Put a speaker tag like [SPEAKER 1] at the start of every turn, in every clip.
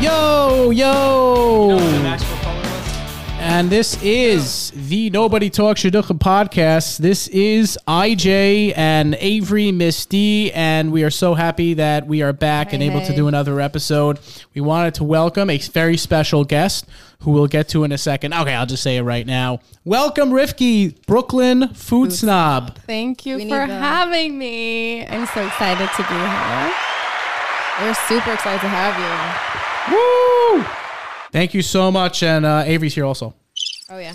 [SPEAKER 1] Yo, yo.
[SPEAKER 2] You know what the actual color was?
[SPEAKER 1] And this is the Nobody Talks Shaducha podcast. This is IJ and Avery Misty, and we are so happy that we are back and
[SPEAKER 3] Hey,
[SPEAKER 1] able to
[SPEAKER 3] hey.
[SPEAKER 1] do another episode. We wanted to welcome a very special guest who we'll get to in a second. Okay, I'll just say it right now. Welcome, Rifki, Brooklyn Food Snob.
[SPEAKER 3] Thank you
[SPEAKER 4] We need
[SPEAKER 3] for
[SPEAKER 4] that.
[SPEAKER 3] having me. I'm so excited to be here.
[SPEAKER 4] We're super excited to have you.
[SPEAKER 1] Woo! Thank you so much, and uh, Avery's here also.
[SPEAKER 4] Oh yeah.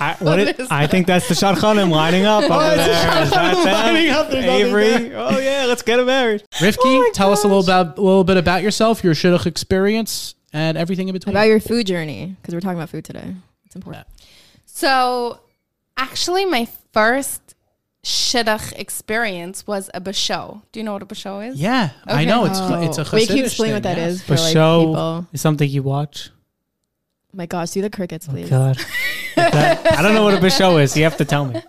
[SPEAKER 5] I, what it-
[SPEAKER 4] is
[SPEAKER 5] I think that's the Shad Khanim lining
[SPEAKER 4] Oh,
[SPEAKER 5] up over there. Is that them? Avery. Oh yeah, let's get him married.
[SPEAKER 1] Rifki,
[SPEAKER 4] Oh
[SPEAKER 1] tell us a little about a little bit about yourself, your shidduch experience, and everything in between.
[SPEAKER 4] About your food journey, because we're talking about food today. It's important.
[SPEAKER 3] So, actually, my first shidduch experience was a basho. Do you know what a basho is?
[SPEAKER 1] yeah, I
[SPEAKER 3] Okay.
[SPEAKER 1] know it's it's a Hasidic
[SPEAKER 4] Oh. Wait, can you explain
[SPEAKER 1] thing,
[SPEAKER 4] what that
[SPEAKER 1] yes.
[SPEAKER 4] is for like
[SPEAKER 5] show-
[SPEAKER 4] people?
[SPEAKER 5] It's something you watch.
[SPEAKER 4] My gosh, do the crickets, please.
[SPEAKER 5] God. That- I don't know what a show is. You have to tell me.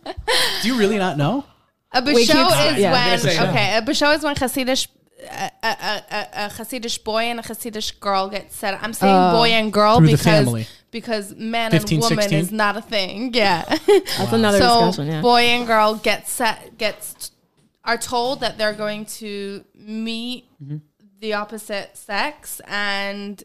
[SPEAKER 1] Do you really not know?
[SPEAKER 3] A basho
[SPEAKER 4] Wait,
[SPEAKER 3] is
[SPEAKER 4] can you explain- yeah.
[SPEAKER 1] Here's a
[SPEAKER 3] when
[SPEAKER 1] show.
[SPEAKER 3] okay, a basho is when Hasidish. A, a, a, a Hasidish boy and a Hasidish girl get set. I'm saying
[SPEAKER 4] Oh.
[SPEAKER 3] boy and girl
[SPEAKER 1] Through the
[SPEAKER 3] because
[SPEAKER 1] family.
[SPEAKER 3] because man
[SPEAKER 1] 15,
[SPEAKER 3] and woman
[SPEAKER 1] 16?
[SPEAKER 3] is not a thing. Yeah.
[SPEAKER 4] That's another
[SPEAKER 3] so
[SPEAKER 4] discussion. Yeah.
[SPEAKER 3] boy and girl get set gets are told that they're going to meet
[SPEAKER 4] Mm-hmm.
[SPEAKER 3] the opposite sex and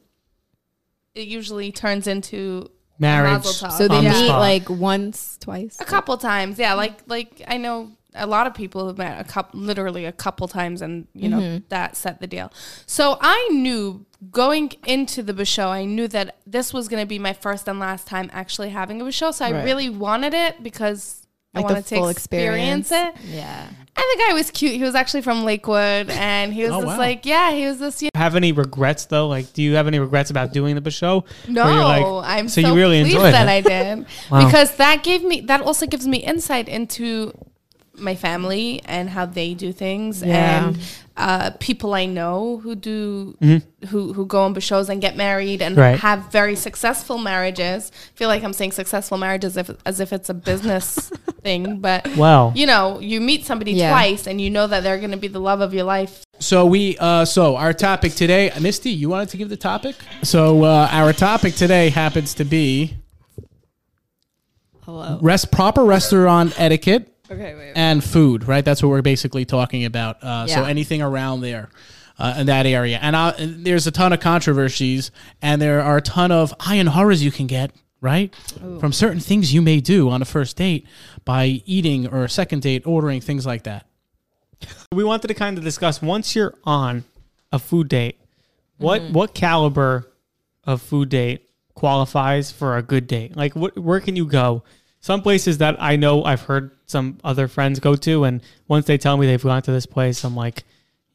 [SPEAKER 3] it usually turns into a
[SPEAKER 5] Marriage.
[SPEAKER 3] mazel tov.
[SPEAKER 4] So they
[SPEAKER 5] On the
[SPEAKER 4] meet
[SPEAKER 5] spot.
[SPEAKER 4] like once, twice.
[SPEAKER 3] a couple times yeah like like i know a lot of people have met a couple literally a couple times and you
[SPEAKER 4] Mm-hmm.
[SPEAKER 3] know that set the deal so i knew going into the basho i knew that this was going to be my first and last time actually having a basho so i
[SPEAKER 4] Right.
[SPEAKER 3] really wanted it because
[SPEAKER 4] Like
[SPEAKER 3] i
[SPEAKER 4] the
[SPEAKER 3] wanted to
[SPEAKER 4] full
[SPEAKER 3] experience,
[SPEAKER 4] experience.
[SPEAKER 3] it
[SPEAKER 4] Yeah.
[SPEAKER 3] and the guy was cute. He was actually from Lakewood, and he was
[SPEAKER 1] Oh,
[SPEAKER 3] just
[SPEAKER 1] wow.
[SPEAKER 3] like, yeah, he was this. You
[SPEAKER 5] Have any regrets though? Like, do you have any regrets about doing the show?
[SPEAKER 3] no, I'm so, pleased that I did
[SPEAKER 5] Wow.
[SPEAKER 3] because that gave me that also gives me insight into my family and how they do things
[SPEAKER 4] Yeah.
[SPEAKER 3] and uh, people I know who do who who go on shows and get married and
[SPEAKER 5] Right.
[SPEAKER 3] have very successful marriages. I feel like I'm saying successful marriages if, as if it's a business thing, but
[SPEAKER 5] Wow.
[SPEAKER 3] you know, you meet somebody
[SPEAKER 4] Yeah.
[SPEAKER 3] twice and you know that they're going to be the love of your life
[SPEAKER 1] So we uh, so our topic today, Misty, you wanted to give the topic. So uh, our topic today happens to be
[SPEAKER 4] Hello.
[SPEAKER 1] rest proper restaurant etiquette
[SPEAKER 4] Okay. Wait.
[SPEAKER 1] and food. Right, that's what we're basically talking about. Uh, So
[SPEAKER 4] Yeah.
[SPEAKER 1] anything around there. Uh, in that area, and I, there's a ton of controversies, and there are a ton of high and horrors you can get right from certain things you may do on a first date by eating or a second date, ordering things like that.
[SPEAKER 5] We wanted to kind of discuss once you're on a food date, what
[SPEAKER 3] Mm-hmm.
[SPEAKER 5] what caliber of food date qualifies for a good date? Like, what where can you go? Some places that I know I've heard some other friends go to, and once they tell me they've gone to this place, I'm like,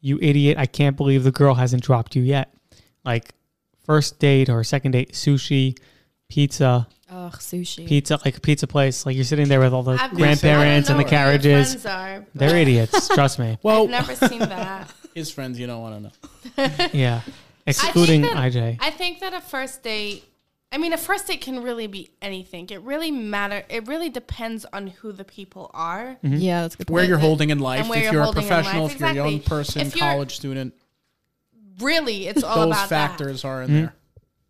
[SPEAKER 5] you idiot! I can't believe the girl hasn't dropped you yet. Like, first date or second date, sushi, pizza,
[SPEAKER 4] Ugh, sushi.
[SPEAKER 5] pizza, like a pizza place. Like you're sitting there with all the
[SPEAKER 3] I've never-
[SPEAKER 5] grandparents
[SPEAKER 3] I
[SPEAKER 5] and
[SPEAKER 3] don't
[SPEAKER 5] the
[SPEAKER 3] know where your
[SPEAKER 5] carriages.
[SPEAKER 3] friends are, but
[SPEAKER 5] They're idiots. trust me.
[SPEAKER 1] Well,
[SPEAKER 3] I've never seen that.
[SPEAKER 1] His friends, you don't want to know.
[SPEAKER 5] Yeah. Excluding
[SPEAKER 3] that-
[SPEAKER 5] IJ.
[SPEAKER 3] I think that a first date, I mean, a first date can really be anything. It really matter. It really depends on who the people are
[SPEAKER 4] Yeah, that's a good.
[SPEAKER 1] Where
[SPEAKER 4] point.
[SPEAKER 1] you're holding in life,
[SPEAKER 3] And where
[SPEAKER 1] if
[SPEAKER 3] you're
[SPEAKER 1] you're a
[SPEAKER 3] holding in
[SPEAKER 1] professional,
[SPEAKER 3] life,
[SPEAKER 1] if you're a young
[SPEAKER 3] exactly.
[SPEAKER 1] person,
[SPEAKER 3] If you're
[SPEAKER 1] college student,
[SPEAKER 3] Really, it's all
[SPEAKER 1] those
[SPEAKER 3] about
[SPEAKER 1] factors are in there.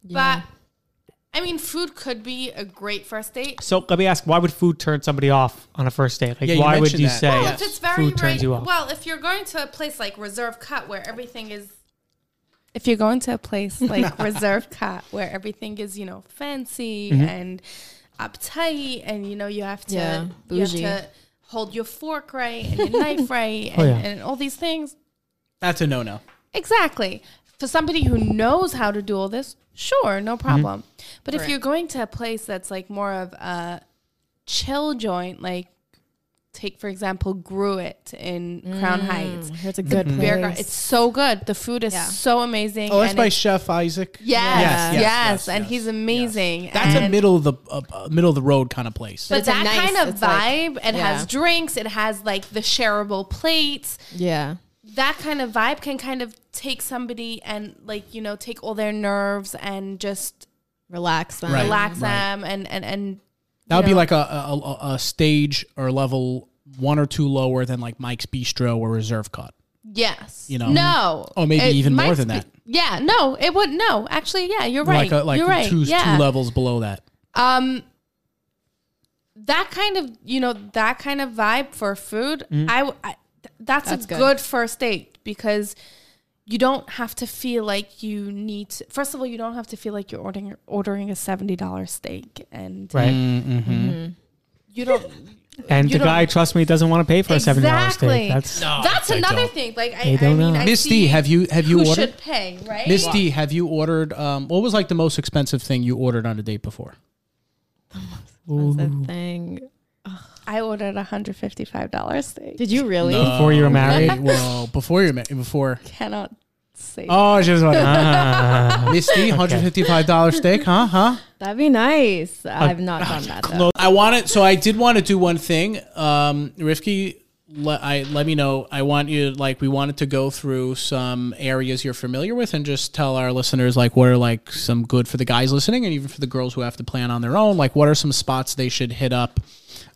[SPEAKER 3] That. But I mean, food could be a great first date.
[SPEAKER 5] So let me ask, why would food turn somebody off on a first date? Like,
[SPEAKER 1] Yeah, you
[SPEAKER 5] why would
[SPEAKER 1] mentioned
[SPEAKER 5] you
[SPEAKER 1] that.
[SPEAKER 5] say
[SPEAKER 1] Well,
[SPEAKER 3] Well, if it's very
[SPEAKER 5] food turns
[SPEAKER 3] right-
[SPEAKER 5] you off?
[SPEAKER 3] Well, if you're going to a place like Reserve Cut where everything is if you're going to a place like Reserve Cut where everything is, you know, fancy and uptight and you know you have to
[SPEAKER 4] Yeah,
[SPEAKER 3] you have
[SPEAKER 4] bougie.
[SPEAKER 3] to hold your fork right and your knife right and,
[SPEAKER 5] Oh, yeah.
[SPEAKER 3] and all these things.
[SPEAKER 1] That's a no-no.
[SPEAKER 3] Exactly. For somebody who knows how to do all this, sure, no
[SPEAKER 4] Mm-hmm.
[SPEAKER 3] problem. But if you're going to a place that's like more of a chill joint, like take for example Gruit in Crown Heights,
[SPEAKER 4] That's a good place.
[SPEAKER 3] Beer gar- it's so good. The food is
[SPEAKER 4] Mm. Yeah.
[SPEAKER 3] so amazing.
[SPEAKER 1] Oh, that's
[SPEAKER 3] and
[SPEAKER 1] by
[SPEAKER 3] it's-
[SPEAKER 1] Chef Isaac.
[SPEAKER 3] yes, yes,
[SPEAKER 1] yes,
[SPEAKER 3] yes,
[SPEAKER 1] yes,
[SPEAKER 3] and
[SPEAKER 1] yes,
[SPEAKER 3] he's amazing.
[SPEAKER 1] That's a
[SPEAKER 3] and-
[SPEAKER 1] middle of the uh, uh, middle of the road kind of place.
[SPEAKER 3] But
[SPEAKER 4] it's a
[SPEAKER 3] that
[SPEAKER 4] nice-
[SPEAKER 3] kind of
[SPEAKER 4] it's like-
[SPEAKER 3] vibe, it
[SPEAKER 4] yeah.
[SPEAKER 3] has drinks, it has like the shareable plates.
[SPEAKER 4] Yeah.
[SPEAKER 3] that kind of vibe can kind of take somebody and like you know take all their nerves and just
[SPEAKER 4] Relax. Them.
[SPEAKER 1] Right.
[SPEAKER 3] relax them and and and
[SPEAKER 1] that would be
[SPEAKER 3] you know.
[SPEAKER 1] like a, a, a- a stage or level one or two lower than like Mike's Bistro or Reserve Cut.
[SPEAKER 3] Yes.
[SPEAKER 1] You know?
[SPEAKER 3] No.
[SPEAKER 1] Oh, maybe
[SPEAKER 3] It
[SPEAKER 1] even more
[SPEAKER 3] might
[SPEAKER 1] than
[SPEAKER 3] be-
[SPEAKER 1] that.
[SPEAKER 3] Yeah. No, it would. No, actually, yeah, you're right.
[SPEAKER 1] Like a, like
[SPEAKER 3] you're right.
[SPEAKER 1] two
[SPEAKER 3] yeah.
[SPEAKER 1] two levels below that.
[SPEAKER 3] Um, that kind of you know that kind of vibe for food.
[SPEAKER 1] Mm-hmm.
[SPEAKER 3] I, w- I- th- that's,
[SPEAKER 4] That's
[SPEAKER 3] a
[SPEAKER 4] good.
[SPEAKER 3] good. first date because you don't have to feel like you need. To, first of all, you don't have to feel like you're ordering ordering a seventy dollars steak, and
[SPEAKER 5] Right.
[SPEAKER 3] you don't.
[SPEAKER 5] And
[SPEAKER 3] You
[SPEAKER 5] the guy,
[SPEAKER 3] don't-
[SPEAKER 5] trust me, doesn't want to pay for a seven dollar
[SPEAKER 3] Exactly.
[SPEAKER 5] steak. That's
[SPEAKER 3] that's
[SPEAKER 1] Oh, they
[SPEAKER 3] another
[SPEAKER 1] don't.
[SPEAKER 3] thing. Like I,
[SPEAKER 5] They
[SPEAKER 3] I
[SPEAKER 5] don't
[SPEAKER 3] mean,
[SPEAKER 5] know.
[SPEAKER 3] I
[SPEAKER 1] Miss D,
[SPEAKER 3] see
[SPEAKER 1] have you have you
[SPEAKER 3] who
[SPEAKER 1] ordered?
[SPEAKER 3] should pay, right?
[SPEAKER 1] Miss D, have you ordered? Um, what was like the most expensive thing you ordered on a date before?
[SPEAKER 4] That's a thing.
[SPEAKER 3] I ordered a hundred fifty five dollars steak.
[SPEAKER 4] Did you really?
[SPEAKER 5] before you were married.
[SPEAKER 1] Wait, well, before you're married, before.
[SPEAKER 3] Cannot say.
[SPEAKER 1] Oh, she was like,
[SPEAKER 5] Ah.
[SPEAKER 1] Miss D, hundred fifty-five dollar steak, huh? Huh?
[SPEAKER 4] That'd be nice. I've not done that though.
[SPEAKER 1] I wanted, so I did want to do one thing. Um, Rifki, let, I, let me know. I want you, like, we wanted to go through some areas you're familiar with and just tell our listeners, like, what are, like, some good for the guys listening and even for the girls who have to plan on their own, like, what are some spots they should hit up?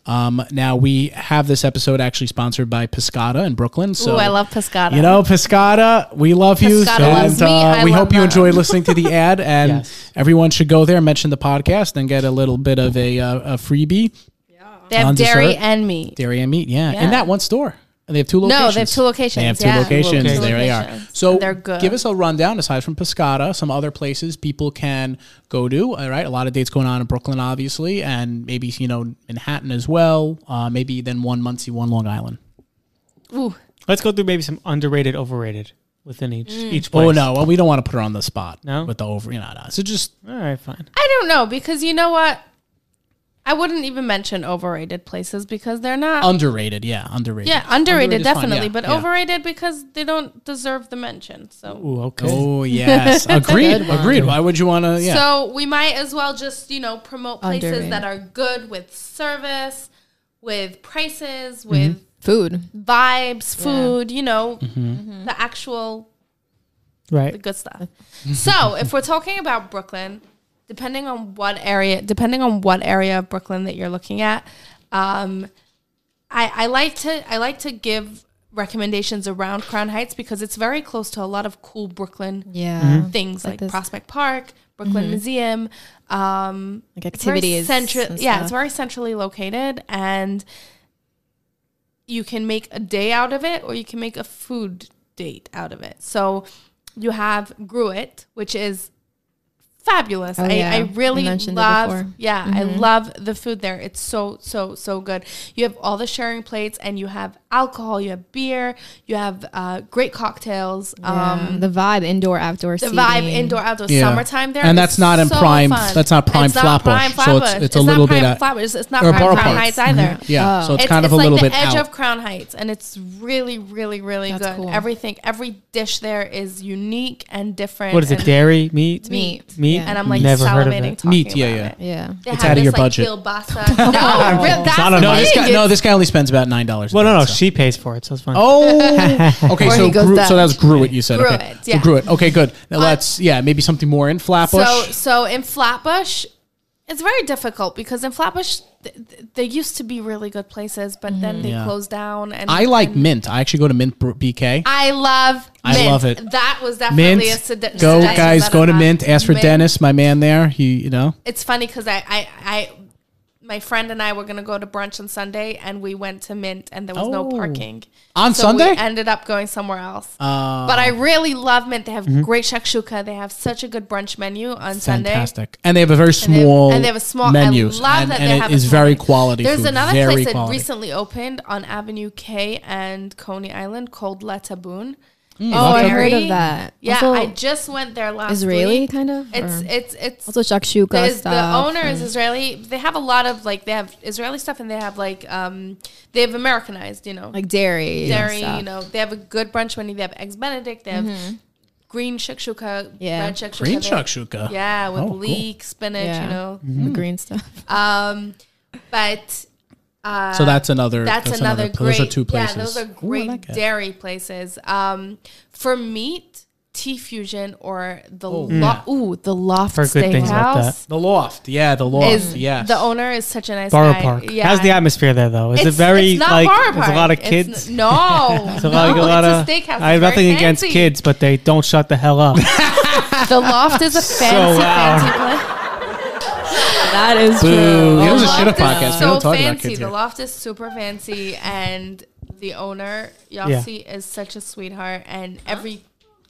[SPEAKER 1] Um, now, we have this episode actually sponsored by Piscata in Brooklyn. So
[SPEAKER 3] Ooh, I love pescata.
[SPEAKER 1] You know, Piscata, we love you.
[SPEAKER 3] Pescata
[SPEAKER 1] so,
[SPEAKER 3] loves
[SPEAKER 1] and,
[SPEAKER 3] me.
[SPEAKER 1] uh,
[SPEAKER 3] I
[SPEAKER 1] we
[SPEAKER 3] love
[SPEAKER 1] hope you
[SPEAKER 3] them.
[SPEAKER 1] enjoy listening to the ad. And
[SPEAKER 5] Yes.
[SPEAKER 1] everyone should go there, mention the podcast, and get a little bit of a, uh, a freebie.
[SPEAKER 3] they have
[SPEAKER 1] on
[SPEAKER 3] dairy
[SPEAKER 1] dessert?
[SPEAKER 3] and meat.
[SPEAKER 1] Dairy and meat, yeah.
[SPEAKER 3] Yeah.
[SPEAKER 1] And that one store. And they have two locations.
[SPEAKER 3] No, they have two locations.
[SPEAKER 1] They have two
[SPEAKER 3] yeah.
[SPEAKER 1] locations.
[SPEAKER 5] locations.
[SPEAKER 1] There they are.
[SPEAKER 3] Locations.
[SPEAKER 1] So
[SPEAKER 3] And they're good.
[SPEAKER 1] give us a rundown aside from Pescata, some other places people can go to. All right. A lot of dates going on in Brooklyn, obviously, and maybe, you know, Manhattan as well. Uh, maybe then one Muncie, one Long Island.
[SPEAKER 3] Ooh,
[SPEAKER 5] Let's go through maybe some underrated, overrated within each
[SPEAKER 3] Mm.
[SPEAKER 5] each place.
[SPEAKER 1] Oh, no. Well, we don't want to put her on the spot.
[SPEAKER 5] No?
[SPEAKER 1] With the over, you know, no. So just
[SPEAKER 5] All right, fine.
[SPEAKER 3] I don't know because you know what? I wouldn't even mention overrated places because they're not.
[SPEAKER 1] underrated. Yeah. Underrated.
[SPEAKER 3] yeah, underrated,
[SPEAKER 1] Um, underrated is fine,
[SPEAKER 3] definitely,
[SPEAKER 1] yeah,
[SPEAKER 3] but
[SPEAKER 1] yeah.
[SPEAKER 3] overrated because they don't deserve the mention. So,
[SPEAKER 5] Ooh, okay.
[SPEAKER 1] Oh, yes. Agreed. Agreed. Why would you want to? Yeah.
[SPEAKER 3] so we might as well just you know promote places
[SPEAKER 4] Underrated.
[SPEAKER 3] that are good with service, with prices,
[SPEAKER 1] Mm-hmm.
[SPEAKER 3] with
[SPEAKER 4] Food.
[SPEAKER 3] vibes, food. You know,
[SPEAKER 1] Mm-hmm.
[SPEAKER 3] the actual the
[SPEAKER 5] Right.
[SPEAKER 3] good stuff. so if we're talking about Brooklyn, depending on what area, depending on what area of Brooklyn that you're looking at, um, I, I like to I like to give recommendations around Crown Heights because it's very close to a lot of cool Brooklyn
[SPEAKER 4] Yeah.
[SPEAKER 5] Mm-hmm.
[SPEAKER 3] things
[SPEAKER 4] Like
[SPEAKER 3] like,
[SPEAKER 4] this.
[SPEAKER 3] Prospect Park, Brooklyn Museum. Um,
[SPEAKER 4] Like
[SPEAKER 3] it's very
[SPEAKER 4] activities.
[SPEAKER 3] centra-
[SPEAKER 4] and
[SPEAKER 3] yeah, it's
[SPEAKER 4] stuff.
[SPEAKER 3] very centrally located, and you can make a day out of it, or you can make a food date out of it. So you have Gruit, which is fabulous.
[SPEAKER 4] Oh,
[SPEAKER 3] I,
[SPEAKER 4] yeah.
[SPEAKER 3] I
[SPEAKER 4] You
[SPEAKER 3] really
[SPEAKER 4] mentioned it
[SPEAKER 3] love.
[SPEAKER 4] before. Mm-hmm.
[SPEAKER 3] Yeah, I love the food there. It's so so so good. You have all the sharing plates, and you have alcohol. You have beer. You have uh, great cocktails.
[SPEAKER 4] Yeah.
[SPEAKER 3] Um,
[SPEAKER 4] the vibe, indoor, outdoor.
[SPEAKER 3] the vibe
[SPEAKER 4] seating.
[SPEAKER 3] indoor outdoor
[SPEAKER 1] Yeah.
[SPEAKER 3] summertime there
[SPEAKER 1] And
[SPEAKER 3] is
[SPEAKER 1] that's not in
[SPEAKER 3] so
[SPEAKER 1] prime-
[SPEAKER 3] fun.
[SPEAKER 1] that's not prime
[SPEAKER 3] it's
[SPEAKER 1] Flatbush,
[SPEAKER 3] not prime
[SPEAKER 1] so it's-
[SPEAKER 3] Flatbush.
[SPEAKER 1] it's a little
[SPEAKER 3] not prime
[SPEAKER 1] bit at-
[SPEAKER 3] Flatbush. It's, it's not
[SPEAKER 1] or
[SPEAKER 3] prime
[SPEAKER 1] Borough
[SPEAKER 3] Crown
[SPEAKER 1] Park.
[SPEAKER 3] Heights either
[SPEAKER 1] yeah.
[SPEAKER 4] Oh.
[SPEAKER 1] So it's, kind of a
[SPEAKER 3] like
[SPEAKER 1] little
[SPEAKER 3] the
[SPEAKER 1] bit
[SPEAKER 3] edge
[SPEAKER 1] out.
[SPEAKER 3] of Crown Heights, and it's really, really, really
[SPEAKER 4] That's
[SPEAKER 3] good.
[SPEAKER 4] cool.
[SPEAKER 3] Everything, every dish there is unique and different.
[SPEAKER 5] What is it?
[SPEAKER 3] and,
[SPEAKER 5] Dairy meat.
[SPEAKER 4] Meat.
[SPEAKER 5] Meat.
[SPEAKER 4] Yeah.
[SPEAKER 3] And I'm like
[SPEAKER 5] Never heard of
[SPEAKER 3] salivating
[SPEAKER 5] it.
[SPEAKER 3] talking
[SPEAKER 1] Meat, yeah,
[SPEAKER 3] about
[SPEAKER 1] yeah.
[SPEAKER 3] it.
[SPEAKER 4] Yeah.
[SPEAKER 3] They
[SPEAKER 1] It's
[SPEAKER 3] have
[SPEAKER 1] out of
[SPEAKER 3] this,
[SPEAKER 1] your
[SPEAKER 3] like,
[SPEAKER 1] budget.
[SPEAKER 3] Kielbasa. no, real, that's
[SPEAKER 5] out
[SPEAKER 3] not
[SPEAKER 5] of
[SPEAKER 1] no,
[SPEAKER 5] my
[SPEAKER 3] the
[SPEAKER 1] this
[SPEAKER 3] thing.
[SPEAKER 1] guy, no, this guy only spends about nine dollars.
[SPEAKER 5] Well, no, no. She pays for it, so it's fine.
[SPEAKER 1] Oh, okay.
[SPEAKER 4] Or
[SPEAKER 1] so,
[SPEAKER 4] he goes
[SPEAKER 1] Gru-
[SPEAKER 4] Dutch.
[SPEAKER 1] so that's Gruit. You said okay.
[SPEAKER 3] Gruit,
[SPEAKER 1] So
[SPEAKER 3] yeah.
[SPEAKER 1] Gruit. Okay, good. Now let's yeah, maybe something more in Flatbush.
[SPEAKER 3] So, so in Flatbush, it's very difficult because in Flatbush, th- th- they used to be really good places, but
[SPEAKER 5] Mm-hmm.
[SPEAKER 3] then they
[SPEAKER 1] Yeah.
[SPEAKER 3] closed down. And
[SPEAKER 1] I like Mint. I actually go to Mint Br- BK.
[SPEAKER 3] I love.
[SPEAKER 1] I
[SPEAKER 3] mint.
[SPEAKER 1] love it.
[SPEAKER 3] That was definitely
[SPEAKER 1] Mint,
[SPEAKER 3] a sed-
[SPEAKER 1] go
[SPEAKER 3] suggestion
[SPEAKER 1] guys,
[SPEAKER 3] that
[SPEAKER 1] go
[SPEAKER 3] I
[SPEAKER 1] to
[SPEAKER 3] had.
[SPEAKER 1] Mint. Ask for
[SPEAKER 3] Mint.
[SPEAKER 1] Dennis, my man there. He, you know,
[SPEAKER 3] it's funny because I, I, I, my friend and I were gonna go to brunch on Sunday, and we went to Mint, and there was no
[SPEAKER 1] Oh.
[SPEAKER 3] parking
[SPEAKER 1] On
[SPEAKER 3] So
[SPEAKER 1] Sunday? Uh.
[SPEAKER 3] We ended up going somewhere else. but I really love Mint. They have
[SPEAKER 1] Mm-hmm.
[SPEAKER 3] great shakshuka. They have such a good brunch menu on Sunday.
[SPEAKER 1] fantastic. And they have a very
[SPEAKER 3] And they have-
[SPEAKER 1] small
[SPEAKER 3] and they have a small
[SPEAKER 1] menus,
[SPEAKER 3] I love
[SPEAKER 1] and,
[SPEAKER 3] that
[SPEAKER 1] and
[SPEAKER 3] they
[SPEAKER 1] it
[SPEAKER 3] have a
[SPEAKER 1] is
[SPEAKER 3] small
[SPEAKER 1] very
[SPEAKER 3] menu.
[SPEAKER 1] quality.
[SPEAKER 3] There's
[SPEAKER 1] food,
[SPEAKER 3] another
[SPEAKER 1] very
[SPEAKER 3] place that
[SPEAKER 1] quality.
[SPEAKER 3] recently opened on Avenue K and Coney Island called La Taboon.
[SPEAKER 1] Hmm,
[SPEAKER 4] Oh, I've
[SPEAKER 3] Very-
[SPEAKER 4] heard of that.
[SPEAKER 3] Yeah,
[SPEAKER 4] Also,
[SPEAKER 3] I just went there last
[SPEAKER 4] Israeli
[SPEAKER 3] week.
[SPEAKER 4] kind of.
[SPEAKER 3] It's
[SPEAKER 4] or-
[SPEAKER 3] it's it's
[SPEAKER 4] also shakshuka
[SPEAKER 3] There's
[SPEAKER 4] stuff.
[SPEAKER 3] the owner is
[SPEAKER 4] and-
[SPEAKER 3] Israeli. They have a lot of like they have Israeli stuff and they have like um they have Americanized, you know,
[SPEAKER 4] like dairy. and
[SPEAKER 3] dairy.
[SPEAKER 4] stuff. Mm-hmm.
[SPEAKER 3] You know, they have a good brunch menu. They have eggs Benedict. They have green shakshuka.
[SPEAKER 4] Yeah.
[SPEAKER 3] red shakshuka.
[SPEAKER 1] Green
[SPEAKER 3] they have-
[SPEAKER 1] shakshuka.
[SPEAKER 3] Yeah, with
[SPEAKER 1] Oh, cool.
[SPEAKER 3] leek, spinach.
[SPEAKER 4] Yeah.
[SPEAKER 3] You know,
[SPEAKER 5] Mm-hmm.
[SPEAKER 4] the green stuff.
[SPEAKER 3] um, but uh,
[SPEAKER 1] So that's another.
[SPEAKER 3] that's, another, great.
[SPEAKER 1] Those are two places.
[SPEAKER 3] Yeah, those are
[SPEAKER 1] Ooh, I
[SPEAKER 3] great
[SPEAKER 1] like it.
[SPEAKER 3] dairy places. Um, for meat, Tea Fusion or the
[SPEAKER 1] Oh.
[SPEAKER 3] Lo- ooh the Loft
[SPEAKER 5] Heard good things about that.
[SPEAKER 3] Steakhouse.
[SPEAKER 1] The loft, yeah, the loft,
[SPEAKER 3] Is
[SPEAKER 1] yes.
[SPEAKER 3] the owner is such a nice
[SPEAKER 5] Borough
[SPEAKER 3] guy.
[SPEAKER 5] Park.
[SPEAKER 3] Yeah,
[SPEAKER 5] How's the atmosphere there though? Is
[SPEAKER 3] It's,
[SPEAKER 5] it very
[SPEAKER 3] it's not
[SPEAKER 5] like
[SPEAKER 3] Borough
[SPEAKER 5] there's a lot of
[SPEAKER 3] Park.
[SPEAKER 5] kids?
[SPEAKER 3] It's, n- no,
[SPEAKER 5] So, like,
[SPEAKER 3] no,
[SPEAKER 5] a lot
[SPEAKER 3] it's
[SPEAKER 5] of,
[SPEAKER 3] a steakhouse.
[SPEAKER 5] I have
[SPEAKER 3] It's very
[SPEAKER 5] nothing against
[SPEAKER 3] fancy.
[SPEAKER 5] kids, but they don't shut the hell up.
[SPEAKER 3] The loft is a fancy,
[SPEAKER 5] loud.
[SPEAKER 3] fancy place.
[SPEAKER 4] That is
[SPEAKER 1] Boo.
[SPEAKER 4] true.
[SPEAKER 1] It was a
[SPEAKER 3] The
[SPEAKER 1] shit
[SPEAKER 3] loft
[SPEAKER 1] podcast.
[SPEAKER 3] is
[SPEAKER 1] We don't
[SPEAKER 3] so
[SPEAKER 1] talk about
[SPEAKER 3] fancy.
[SPEAKER 1] kids
[SPEAKER 3] The
[SPEAKER 1] here.
[SPEAKER 3] loft is super fancy, and the owner Yossi is such a sweetheart, and every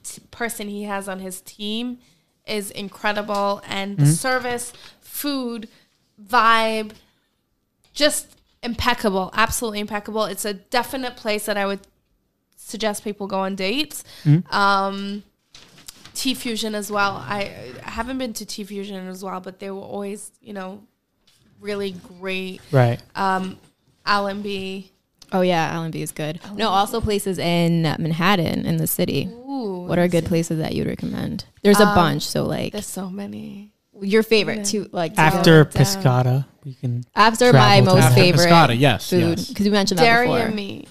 [SPEAKER 3] t- person he has on his team is incredible, and the service, food, vibe, just impeccable, absolutely impeccable. It's a definite place that I would suggest people go on dates. Um, T Fusion as well. I, I haven't been to T Fusion as well, but they were always, you know, really great.
[SPEAKER 5] right.
[SPEAKER 3] Um, LMB.
[SPEAKER 4] Oh yeah, Allenby is good. No, also places in Manhattan in the city.
[SPEAKER 3] Ooh, Um,
[SPEAKER 4] What are good places that you'd recommend? There's a bunch, so like
[SPEAKER 3] there's so many.
[SPEAKER 4] your favorite to like to go-
[SPEAKER 5] After
[SPEAKER 3] it down.
[SPEAKER 5] Piscata, we can
[SPEAKER 4] after my
[SPEAKER 5] Travel to
[SPEAKER 4] most
[SPEAKER 5] After
[SPEAKER 4] favorite
[SPEAKER 1] Piscata, yes,
[SPEAKER 4] food
[SPEAKER 1] yes.
[SPEAKER 4] because we mentioned that
[SPEAKER 3] Dairy
[SPEAKER 4] before.
[SPEAKER 3] and me.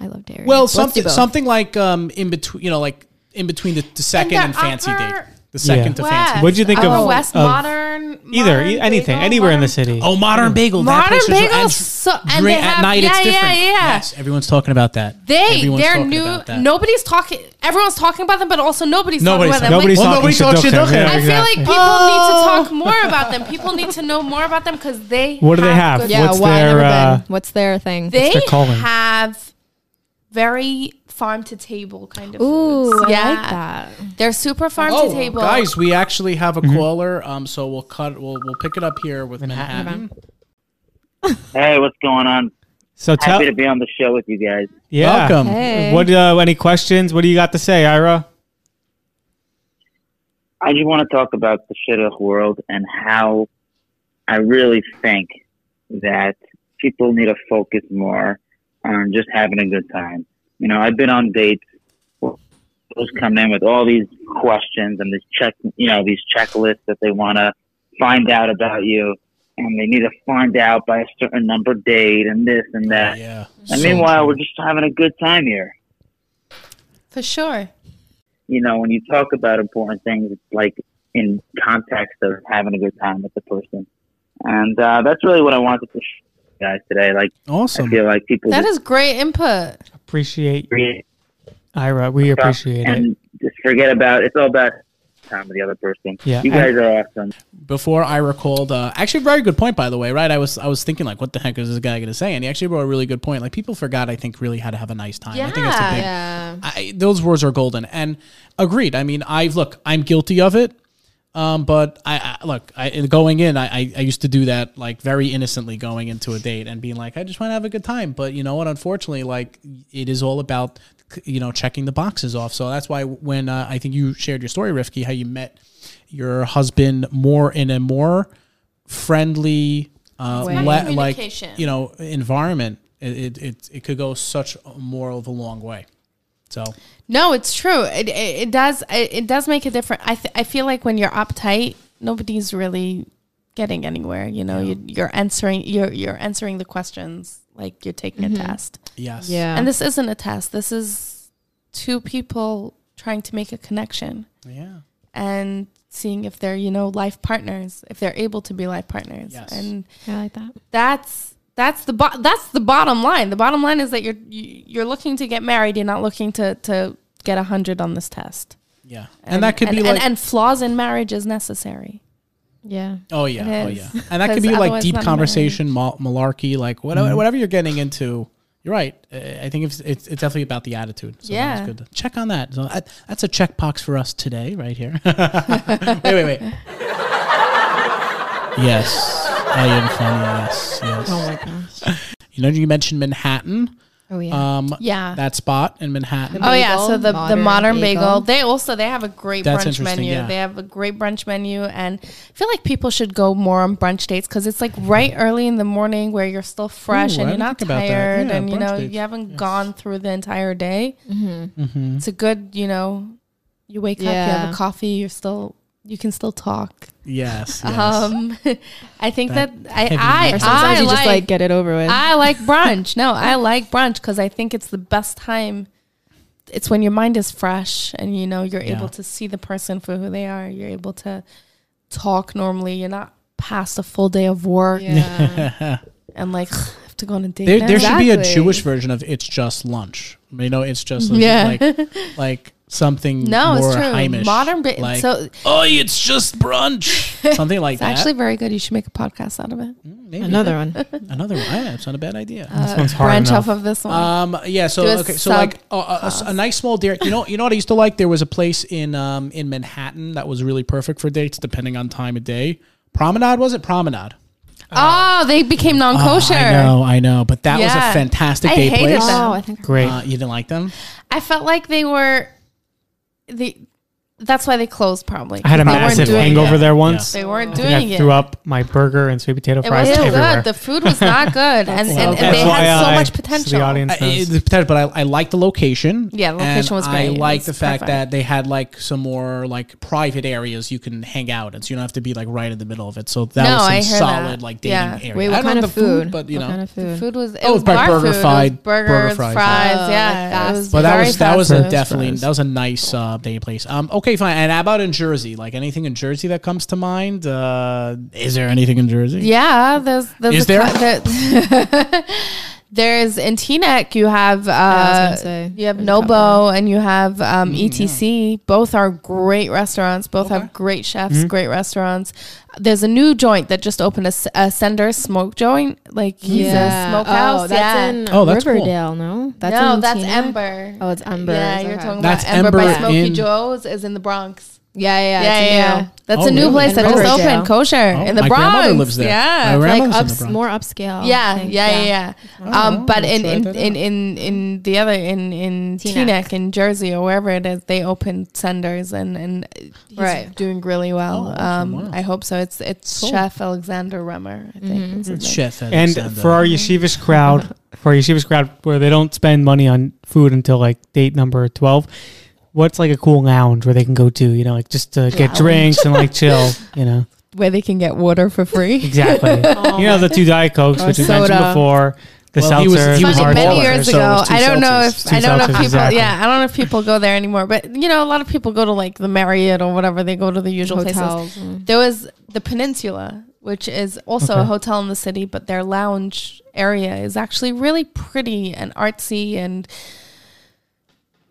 [SPEAKER 4] I love dairy.
[SPEAKER 1] Well,
[SPEAKER 4] Let's do
[SPEAKER 1] something
[SPEAKER 4] both.
[SPEAKER 1] something like um in between, you know, like in between the, the second
[SPEAKER 3] the
[SPEAKER 1] and fancy date,
[SPEAKER 3] upper
[SPEAKER 1] the second to fancy.
[SPEAKER 3] West.
[SPEAKER 5] What'd you think of-
[SPEAKER 3] Upper Oh, West
[SPEAKER 5] of-
[SPEAKER 3] modern?
[SPEAKER 5] either
[SPEAKER 3] modern
[SPEAKER 5] e- anything,
[SPEAKER 3] bagel,
[SPEAKER 5] anywhere in the
[SPEAKER 3] modern-
[SPEAKER 5] city.
[SPEAKER 1] Oh, modern bagel. that
[SPEAKER 3] Mm. Modern
[SPEAKER 1] place is-
[SPEAKER 3] bagel
[SPEAKER 1] and
[SPEAKER 3] so- and
[SPEAKER 1] drink-
[SPEAKER 3] they
[SPEAKER 1] at
[SPEAKER 3] have-
[SPEAKER 1] night it's
[SPEAKER 3] yeah, yeah,
[SPEAKER 1] different.
[SPEAKER 3] yeah.
[SPEAKER 1] Yes, everyone's talking about that.
[SPEAKER 3] They
[SPEAKER 1] Everyone's
[SPEAKER 3] they're
[SPEAKER 1] talking
[SPEAKER 3] new.
[SPEAKER 1] about that.
[SPEAKER 3] Nobody's talking. Everyone's talking about them, but also nobody's,
[SPEAKER 1] Nobody's-
[SPEAKER 3] talking about them.
[SPEAKER 5] nobody's
[SPEAKER 3] Like,
[SPEAKER 1] Well,
[SPEAKER 5] talking
[SPEAKER 1] nobody talks
[SPEAKER 5] shit
[SPEAKER 1] Shidduchim.
[SPEAKER 5] Yeah,
[SPEAKER 3] I feel like
[SPEAKER 5] exactly.
[SPEAKER 3] people need to talk more about them. People need to know more about them because they.
[SPEAKER 5] What do they have?
[SPEAKER 3] good-
[SPEAKER 4] yeah,
[SPEAKER 5] what's
[SPEAKER 4] why
[SPEAKER 5] their,
[SPEAKER 4] never
[SPEAKER 5] uh,
[SPEAKER 4] been? What's their thing?
[SPEAKER 3] they
[SPEAKER 5] their calling?
[SPEAKER 3] have very farm to table kind of.
[SPEAKER 4] Ooh,
[SPEAKER 3] foods.
[SPEAKER 4] I like that.
[SPEAKER 3] They're super farm to
[SPEAKER 1] Oh,
[SPEAKER 3] table.
[SPEAKER 1] guys, we actually have a caller. Um, so we'll cut. We'll we'll pick it up here with Manhattan.
[SPEAKER 6] Hey, what's going on?
[SPEAKER 5] So tell,
[SPEAKER 6] Happy to be on the show with you guys.
[SPEAKER 5] yeah.
[SPEAKER 1] Welcome.
[SPEAKER 4] Hey.
[SPEAKER 5] What? Uh, any questions? What do you got to say, Ira?
[SPEAKER 6] I just want to talk about the shidduch world and how I really think that people need to focus more on just having a good time. You know, I've been on dates where those come in with all these questions and these check, you know, these checklists that they want to find out about you, and they need to find out by a certain number date and this and that.
[SPEAKER 1] Yeah.
[SPEAKER 6] And
[SPEAKER 1] So
[SPEAKER 6] meanwhile,
[SPEAKER 1] true.
[SPEAKER 6] we're just having a good time here.
[SPEAKER 3] for sure.
[SPEAKER 6] you know, when you talk about important things, it's like in context of having a good time with the person. And uh, that's really what I wanted to sh- you guys today. Like, I
[SPEAKER 1] awesome.
[SPEAKER 6] feel like people
[SPEAKER 3] That
[SPEAKER 6] just
[SPEAKER 3] is great input.
[SPEAKER 5] Appreciate
[SPEAKER 6] create
[SPEAKER 5] Ira. We
[SPEAKER 6] stuff
[SPEAKER 5] appreciate it.
[SPEAKER 6] and just forget about it's all about time with the other person.
[SPEAKER 5] Yeah,
[SPEAKER 6] you guys are awesome.
[SPEAKER 1] Before I recalled, uh, actually, very good point by the way. Right, I was I was thinking like, what the heck is this guy going to say? And he actually brought a really good point. Like people forgot, I think, really how to have a nice time. I think that's the
[SPEAKER 3] Yeah.
[SPEAKER 1] big.
[SPEAKER 4] Yeah.
[SPEAKER 1] I, those words are golden and agreed. I mean, I look, I'm guilty of it. Um, but I, I look, I going in, I, I, I used to do that like very innocently going into a date and being like, I just want to have a good time. But you know what? Unfortunately, like it is all about, you know, checking the boxes off. So that's why when uh, I think you shared your story, Rifki, how you met your husband more in a more friendly, uh,
[SPEAKER 4] Way.
[SPEAKER 1] le- like,
[SPEAKER 3] Communication.
[SPEAKER 1] you know, environment. It, it, it, it could go such a more of a long way. So
[SPEAKER 3] No, it's true. It, it, it does it, it does make a difference. I th- I feel like when you're uptight, nobody's really getting anywhere. You know, you, you're answering you're you're answering the questions like you're taking a test.
[SPEAKER 1] yes,
[SPEAKER 4] Yeah.
[SPEAKER 3] And this isn't a test. This is two people trying to make a connection
[SPEAKER 1] yeah,
[SPEAKER 3] and seeing if they're, you know, life partners, if they're able to be life partners.
[SPEAKER 1] Yes.
[SPEAKER 3] And
[SPEAKER 4] I like that.
[SPEAKER 3] that's that's the bo- that's the bottom line. The bottom line is that you're you- you're looking to get married, you're not looking to to get a 100 on this test.
[SPEAKER 1] yeah, and, that could be
[SPEAKER 3] and,
[SPEAKER 1] like,
[SPEAKER 3] and flaws in marriage is necessary.
[SPEAKER 4] Yeah.
[SPEAKER 1] oh yeah, oh
[SPEAKER 3] It
[SPEAKER 1] yeah,
[SPEAKER 3] is.
[SPEAKER 1] and that could
[SPEAKER 3] 'Cause
[SPEAKER 1] be like
[SPEAKER 3] otherwise
[SPEAKER 1] deep
[SPEAKER 3] not Mm-hmm.
[SPEAKER 1] conversation, mal- malarkey, like whatever, whatever you're getting into. You're right. Uh, I think it's it's, it's definitely about the attitude. So that
[SPEAKER 3] Yeah.
[SPEAKER 1] was good. Check on that. So that- that's a checkbox for us today, right here. wait, wait, wait. yes, I am funny. Yes, yes.
[SPEAKER 4] Oh my gosh.
[SPEAKER 1] You know, you mentioned Manhattan.
[SPEAKER 4] Oh yeah.
[SPEAKER 1] Um,
[SPEAKER 3] Yeah.
[SPEAKER 1] that spot in Manhattan.
[SPEAKER 3] oh yeah, so
[SPEAKER 4] bagel,
[SPEAKER 3] the the
[SPEAKER 4] modern
[SPEAKER 3] modern bagel.
[SPEAKER 4] bagel.
[SPEAKER 3] They also they have a great
[SPEAKER 1] That's
[SPEAKER 3] brunch
[SPEAKER 1] interesting,
[SPEAKER 3] menu.
[SPEAKER 1] yeah.
[SPEAKER 3] They have a great brunch menu, and I feel like people should go more on brunch dates because it's like right early in the morning where you're still fresh
[SPEAKER 1] Ooh, I
[SPEAKER 3] and you're
[SPEAKER 1] didn't
[SPEAKER 3] not
[SPEAKER 1] think about that.
[SPEAKER 3] tired,
[SPEAKER 1] Yeah,
[SPEAKER 3] and you
[SPEAKER 1] brunch
[SPEAKER 3] know
[SPEAKER 1] dates.
[SPEAKER 3] you haven't gone through the entire day. Mm-hmm.
[SPEAKER 1] Mhm.
[SPEAKER 3] It's a good, you know, you wake up, you have
[SPEAKER 4] Yeah.
[SPEAKER 3] a coffee, you're still you can still talk.
[SPEAKER 1] Yes. yes.
[SPEAKER 3] Um, I think that,
[SPEAKER 1] That heavy
[SPEAKER 3] I I
[SPEAKER 1] meal.
[SPEAKER 4] Or sometimes
[SPEAKER 3] I
[SPEAKER 4] you
[SPEAKER 3] like,
[SPEAKER 4] just like get it over with.
[SPEAKER 3] I like brunch. No, I like brunch because I think it's the best time it's when your mind is fresh and you know you're
[SPEAKER 1] Yeah.
[SPEAKER 3] able to see the person for who they are. You're able to talk normally. You're not past a full day of work
[SPEAKER 4] Yeah.
[SPEAKER 3] and like I have to go on a date.
[SPEAKER 1] There,
[SPEAKER 3] now.
[SPEAKER 1] there should be a
[SPEAKER 4] Exactly.
[SPEAKER 1] Jewish version of it's just lunch. You know, it's just
[SPEAKER 3] Yeah.
[SPEAKER 1] like like something
[SPEAKER 3] no,
[SPEAKER 1] more
[SPEAKER 3] it's true.
[SPEAKER 1] Heimish.
[SPEAKER 3] Modern, but
[SPEAKER 1] like,
[SPEAKER 3] so
[SPEAKER 1] oh, it's just brunch. Something like
[SPEAKER 3] it's
[SPEAKER 1] that.
[SPEAKER 3] actually very good. You should make a podcast out of it.
[SPEAKER 1] Maybe.
[SPEAKER 4] Another one.
[SPEAKER 1] another one. Yeah, it's not a bad idea.
[SPEAKER 5] This one's hard
[SPEAKER 3] uh, Branch
[SPEAKER 5] enough.
[SPEAKER 3] off of this one.
[SPEAKER 5] Uh,
[SPEAKER 1] Um. Yeah. So
[SPEAKER 3] Uh, Do a
[SPEAKER 1] okay. So like
[SPEAKER 3] sub
[SPEAKER 1] a, a, a nice small date. You know. You know what I used to like. There was a place in um in Manhattan that was really perfect for dates, depending on time of day. Promenade was it? Promenade.
[SPEAKER 3] oh, they became
[SPEAKER 5] uh,
[SPEAKER 3] non-kosher.
[SPEAKER 1] I know. I know. But that was
[SPEAKER 3] Yeah.
[SPEAKER 1] a fantastic
[SPEAKER 3] I
[SPEAKER 1] date
[SPEAKER 3] hated
[SPEAKER 1] place.
[SPEAKER 3] that.
[SPEAKER 4] Oh, I think
[SPEAKER 5] Great.
[SPEAKER 1] Uh, you didn't like them?
[SPEAKER 3] I felt like they were the. That's why they closed. Probably
[SPEAKER 5] I had a
[SPEAKER 3] They weren't
[SPEAKER 5] massive
[SPEAKER 3] doing
[SPEAKER 5] hangover
[SPEAKER 3] it.
[SPEAKER 5] there once.
[SPEAKER 3] They weren't
[SPEAKER 5] I think
[SPEAKER 3] doing
[SPEAKER 5] I
[SPEAKER 3] it.
[SPEAKER 5] threw up my burger and sweet potato
[SPEAKER 3] It
[SPEAKER 5] fries
[SPEAKER 3] wasn't
[SPEAKER 5] everywhere.
[SPEAKER 3] good. The food was not good, and, and, and
[SPEAKER 5] That's
[SPEAKER 3] they
[SPEAKER 5] why
[SPEAKER 3] had so
[SPEAKER 5] I-
[SPEAKER 3] much
[SPEAKER 5] so
[SPEAKER 3] potential.
[SPEAKER 5] the audience
[SPEAKER 1] I,
[SPEAKER 5] knows.
[SPEAKER 1] Uh, it- the potential, but I, I liked the location.
[SPEAKER 3] Yeah, the location
[SPEAKER 1] and
[SPEAKER 3] was
[SPEAKER 1] I
[SPEAKER 3] great. It
[SPEAKER 1] liked
[SPEAKER 3] was
[SPEAKER 1] the fact
[SPEAKER 3] perfect.
[SPEAKER 1] that they had like some more like private areas you can hang out, and so you don't have to be like right in the middle of it. So that
[SPEAKER 3] No,
[SPEAKER 1] was some
[SPEAKER 3] I heard
[SPEAKER 1] solid
[SPEAKER 3] that.
[SPEAKER 1] like dating
[SPEAKER 3] Yeah.
[SPEAKER 1] area.
[SPEAKER 4] Wait,
[SPEAKER 1] I
[SPEAKER 4] what
[SPEAKER 1] don't
[SPEAKER 4] kind
[SPEAKER 1] know
[SPEAKER 4] of
[SPEAKER 1] the
[SPEAKER 4] food?
[SPEAKER 1] but you
[SPEAKER 4] what
[SPEAKER 1] know,
[SPEAKER 4] kind of
[SPEAKER 3] The
[SPEAKER 4] food?
[SPEAKER 3] food was it
[SPEAKER 1] Oh,
[SPEAKER 3] was
[SPEAKER 1] but
[SPEAKER 3] bar
[SPEAKER 1] burger
[SPEAKER 3] food. It was
[SPEAKER 1] fried-
[SPEAKER 3] burgers,
[SPEAKER 1] burger fries.
[SPEAKER 3] fries.
[SPEAKER 4] Oh, like
[SPEAKER 3] yeah,
[SPEAKER 4] fast
[SPEAKER 3] it was
[SPEAKER 1] But that
[SPEAKER 3] very
[SPEAKER 1] was that was
[SPEAKER 3] fast
[SPEAKER 1] a
[SPEAKER 3] food.
[SPEAKER 1] definitely that was a nice uh, day place. Um, okay, fine. And how about in Jersey? Like anything in Jersey that comes to mind? Uh, is there anything in Jersey?
[SPEAKER 3] Yeah, there's there's
[SPEAKER 1] Is
[SPEAKER 3] a
[SPEAKER 1] there?
[SPEAKER 3] co- there- there's in Teaneck you
[SPEAKER 4] was
[SPEAKER 3] have uh
[SPEAKER 4] gonna say,
[SPEAKER 3] you
[SPEAKER 4] there's
[SPEAKER 3] have
[SPEAKER 4] Mm-hmm. a
[SPEAKER 3] Nobo and you have um, ETC. Both are great restaurants. Both have great chefs,
[SPEAKER 1] Mm-hmm.
[SPEAKER 3] great restaurants. There's a new joint that just opened a, s- a Sender smoke joint. Like he's a smokehouse.
[SPEAKER 4] Oh, that's
[SPEAKER 3] yeah.
[SPEAKER 4] in
[SPEAKER 1] Oh, that's cool.
[SPEAKER 4] Riverdale. No, that's
[SPEAKER 3] no,
[SPEAKER 4] in
[SPEAKER 3] that's
[SPEAKER 4] Tina?
[SPEAKER 3] Ember.
[SPEAKER 4] Oh, it's Ember.
[SPEAKER 3] Yeah, you're talking
[SPEAKER 1] That's
[SPEAKER 3] about Ember, by
[SPEAKER 1] Ember
[SPEAKER 3] Smokey
[SPEAKER 1] in-
[SPEAKER 3] Joe's is in the Bronx.
[SPEAKER 4] Yeah, yeah,
[SPEAKER 3] Yeah, yeah, yeah. That's
[SPEAKER 1] Oh,
[SPEAKER 3] a new
[SPEAKER 1] really?
[SPEAKER 3] place that
[SPEAKER 4] In
[SPEAKER 3] just
[SPEAKER 4] Riverdale.
[SPEAKER 3] opened, kosher
[SPEAKER 1] Oh,
[SPEAKER 3] in the
[SPEAKER 1] my
[SPEAKER 3] Bronx.
[SPEAKER 1] grandmother lives there.
[SPEAKER 3] Yeah,
[SPEAKER 1] My
[SPEAKER 4] Like
[SPEAKER 1] grandmother's in the
[SPEAKER 4] ups,
[SPEAKER 1] Bronx. Oh,
[SPEAKER 4] more upscale.
[SPEAKER 3] yeah,
[SPEAKER 4] I think.
[SPEAKER 3] yeah, yeah, yeah. Um, but in
[SPEAKER 1] try
[SPEAKER 3] in,
[SPEAKER 1] that
[SPEAKER 3] in in in the other in in
[SPEAKER 4] Teaneck.
[SPEAKER 3] Teaneck in Jersey or wherever it is, they opened Senders and and he's
[SPEAKER 4] Right.
[SPEAKER 3] doing really well.
[SPEAKER 1] awesome.
[SPEAKER 3] um,
[SPEAKER 1] Wow.
[SPEAKER 3] I hope so. It's it's Chef Alexander Remmer, I think. is his name.
[SPEAKER 1] Chef
[SPEAKER 5] and
[SPEAKER 1] Alexander.
[SPEAKER 5] for our yeshivish crowd, for our yeshivish crowd where they don't spend money on food until like date number 12, what's like a cool lounge where they can go to, you know, like just to get drinks and like chill, you know?
[SPEAKER 3] where they can get water for free.
[SPEAKER 5] Exactly.
[SPEAKER 3] Oh
[SPEAKER 5] you know, the two Diet Cokes, which you mentioned
[SPEAKER 4] soda.
[SPEAKER 5] before, the
[SPEAKER 1] Well,
[SPEAKER 5] seltzer.
[SPEAKER 1] he was- he
[SPEAKER 5] the
[SPEAKER 1] was a
[SPEAKER 5] hard
[SPEAKER 1] baller.
[SPEAKER 3] many
[SPEAKER 5] seltzer.
[SPEAKER 3] years
[SPEAKER 1] so it
[SPEAKER 3] ago.
[SPEAKER 1] was two
[SPEAKER 3] I don't know
[SPEAKER 1] seltzers.
[SPEAKER 3] if
[SPEAKER 5] Two
[SPEAKER 3] I don't know if
[SPEAKER 5] seltzers,
[SPEAKER 3] people.
[SPEAKER 5] exactly.
[SPEAKER 3] Yeah, I don't know if people go there anymore. But you know, a lot of people go to like the Marriott or whatever. They go to the usual places.
[SPEAKER 4] hotels. Mm.
[SPEAKER 3] There was the Peninsula, which is also a
[SPEAKER 5] Okay.
[SPEAKER 3] hotel in the city, but their lounge area is actually really pretty and artsy and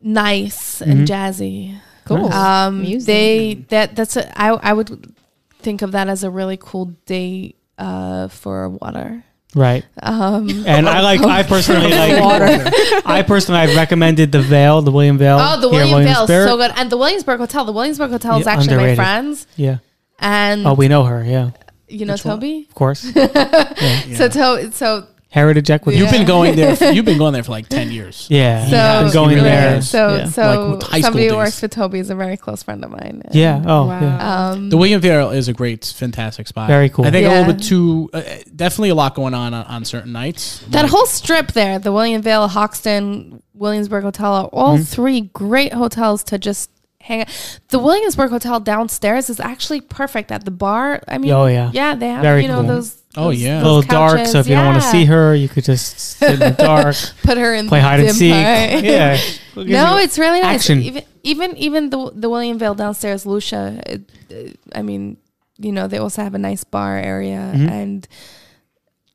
[SPEAKER 3] nice
[SPEAKER 1] Mm-hmm.
[SPEAKER 3] and jazzy.
[SPEAKER 4] Cool. Uh,
[SPEAKER 3] Um,
[SPEAKER 4] Music.
[SPEAKER 3] they that that's a, I I would think of that as a really cool date uh, for water.
[SPEAKER 5] Right.
[SPEAKER 3] Um,
[SPEAKER 5] And I like, I personally like, I personally, I've recommended the Vale, the William Vale.
[SPEAKER 3] Oh, the
[SPEAKER 5] here in
[SPEAKER 3] William Vale is so
[SPEAKER 5] Williamsburg.
[SPEAKER 3] good. And the Williamsburg Hotel. The Williamsburg Hotel is
[SPEAKER 5] Yeah,
[SPEAKER 3] actually
[SPEAKER 5] underrated.
[SPEAKER 3] my friend's.
[SPEAKER 5] Yeah.
[SPEAKER 3] And
[SPEAKER 5] Oh, we know her. Yeah.
[SPEAKER 3] you know
[SPEAKER 1] Which one?
[SPEAKER 3] Toby?
[SPEAKER 5] Of course.
[SPEAKER 3] So to- so
[SPEAKER 5] Heritage Equity.
[SPEAKER 1] you've been going there. For, you've been going there for like ten years.
[SPEAKER 5] Yeah.
[SPEAKER 3] So-
[SPEAKER 5] I've been going
[SPEAKER 1] Yeah.
[SPEAKER 5] there.
[SPEAKER 3] yeah, so
[SPEAKER 5] yeah.
[SPEAKER 3] so
[SPEAKER 1] Like high school
[SPEAKER 3] somebody who
[SPEAKER 1] days.
[SPEAKER 3] works for Toby is a very close friend of mine.
[SPEAKER 5] Yeah. Oh,
[SPEAKER 4] Wow.
[SPEAKER 5] yeah.
[SPEAKER 3] Um
[SPEAKER 1] The William Vale is a great, fantastic spot.
[SPEAKER 5] Very cool.
[SPEAKER 1] I think a
[SPEAKER 3] Yeah.
[SPEAKER 1] little bit too, uh, definitely a lot going on on, on certain nights.
[SPEAKER 3] that
[SPEAKER 1] Like,
[SPEAKER 3] whole strip there, the William Vale, Hoxton, Williamsburg Hotel are all
[SPEAKER 5] Mm-hmm.
[SPEAKER 3] three great hotels to just hang out. The Williamsburg Hotel downstairs is actually perfect at the bar. I mean
[SPEAKER 5] Oh, yeah.
[SPEAKER 3] Yeah, they have
[SPEAKER 5] Very
[SPEAKER 3] you know
[SPEAKER 5] cool.
[SPEAKER 3] those
[SPEAKER 1] Oh,
[SPEAKER 3] those-
[SPEAKER 1] yeah.
[SPEAKER 5] A
[SPEAKER 3] those
[SPEAKER 5] little dark,
[SPEAKER 3] couches.
[SPEAKER 5] so if you don't want to
[SPEAKER 3] Yeah.
[SPEAKER 5] see her, you could just sit in the dark,
[SPEAKER 3] put her in
[SPEAKER 5] play hide and
[SPEAKER 3] dim
[SPEAKER 5] seek.
[SPEAKER 3] light.
[SPEAKER 5] Yeah.
[SPEAKER 3] No, it's really nice.
[SPEAKER 5] action.
[SPEAKER 3] Even even even the the William Vale downstairs, Lucia. It, it- I mean, you know, they also have a nice bar area and. th-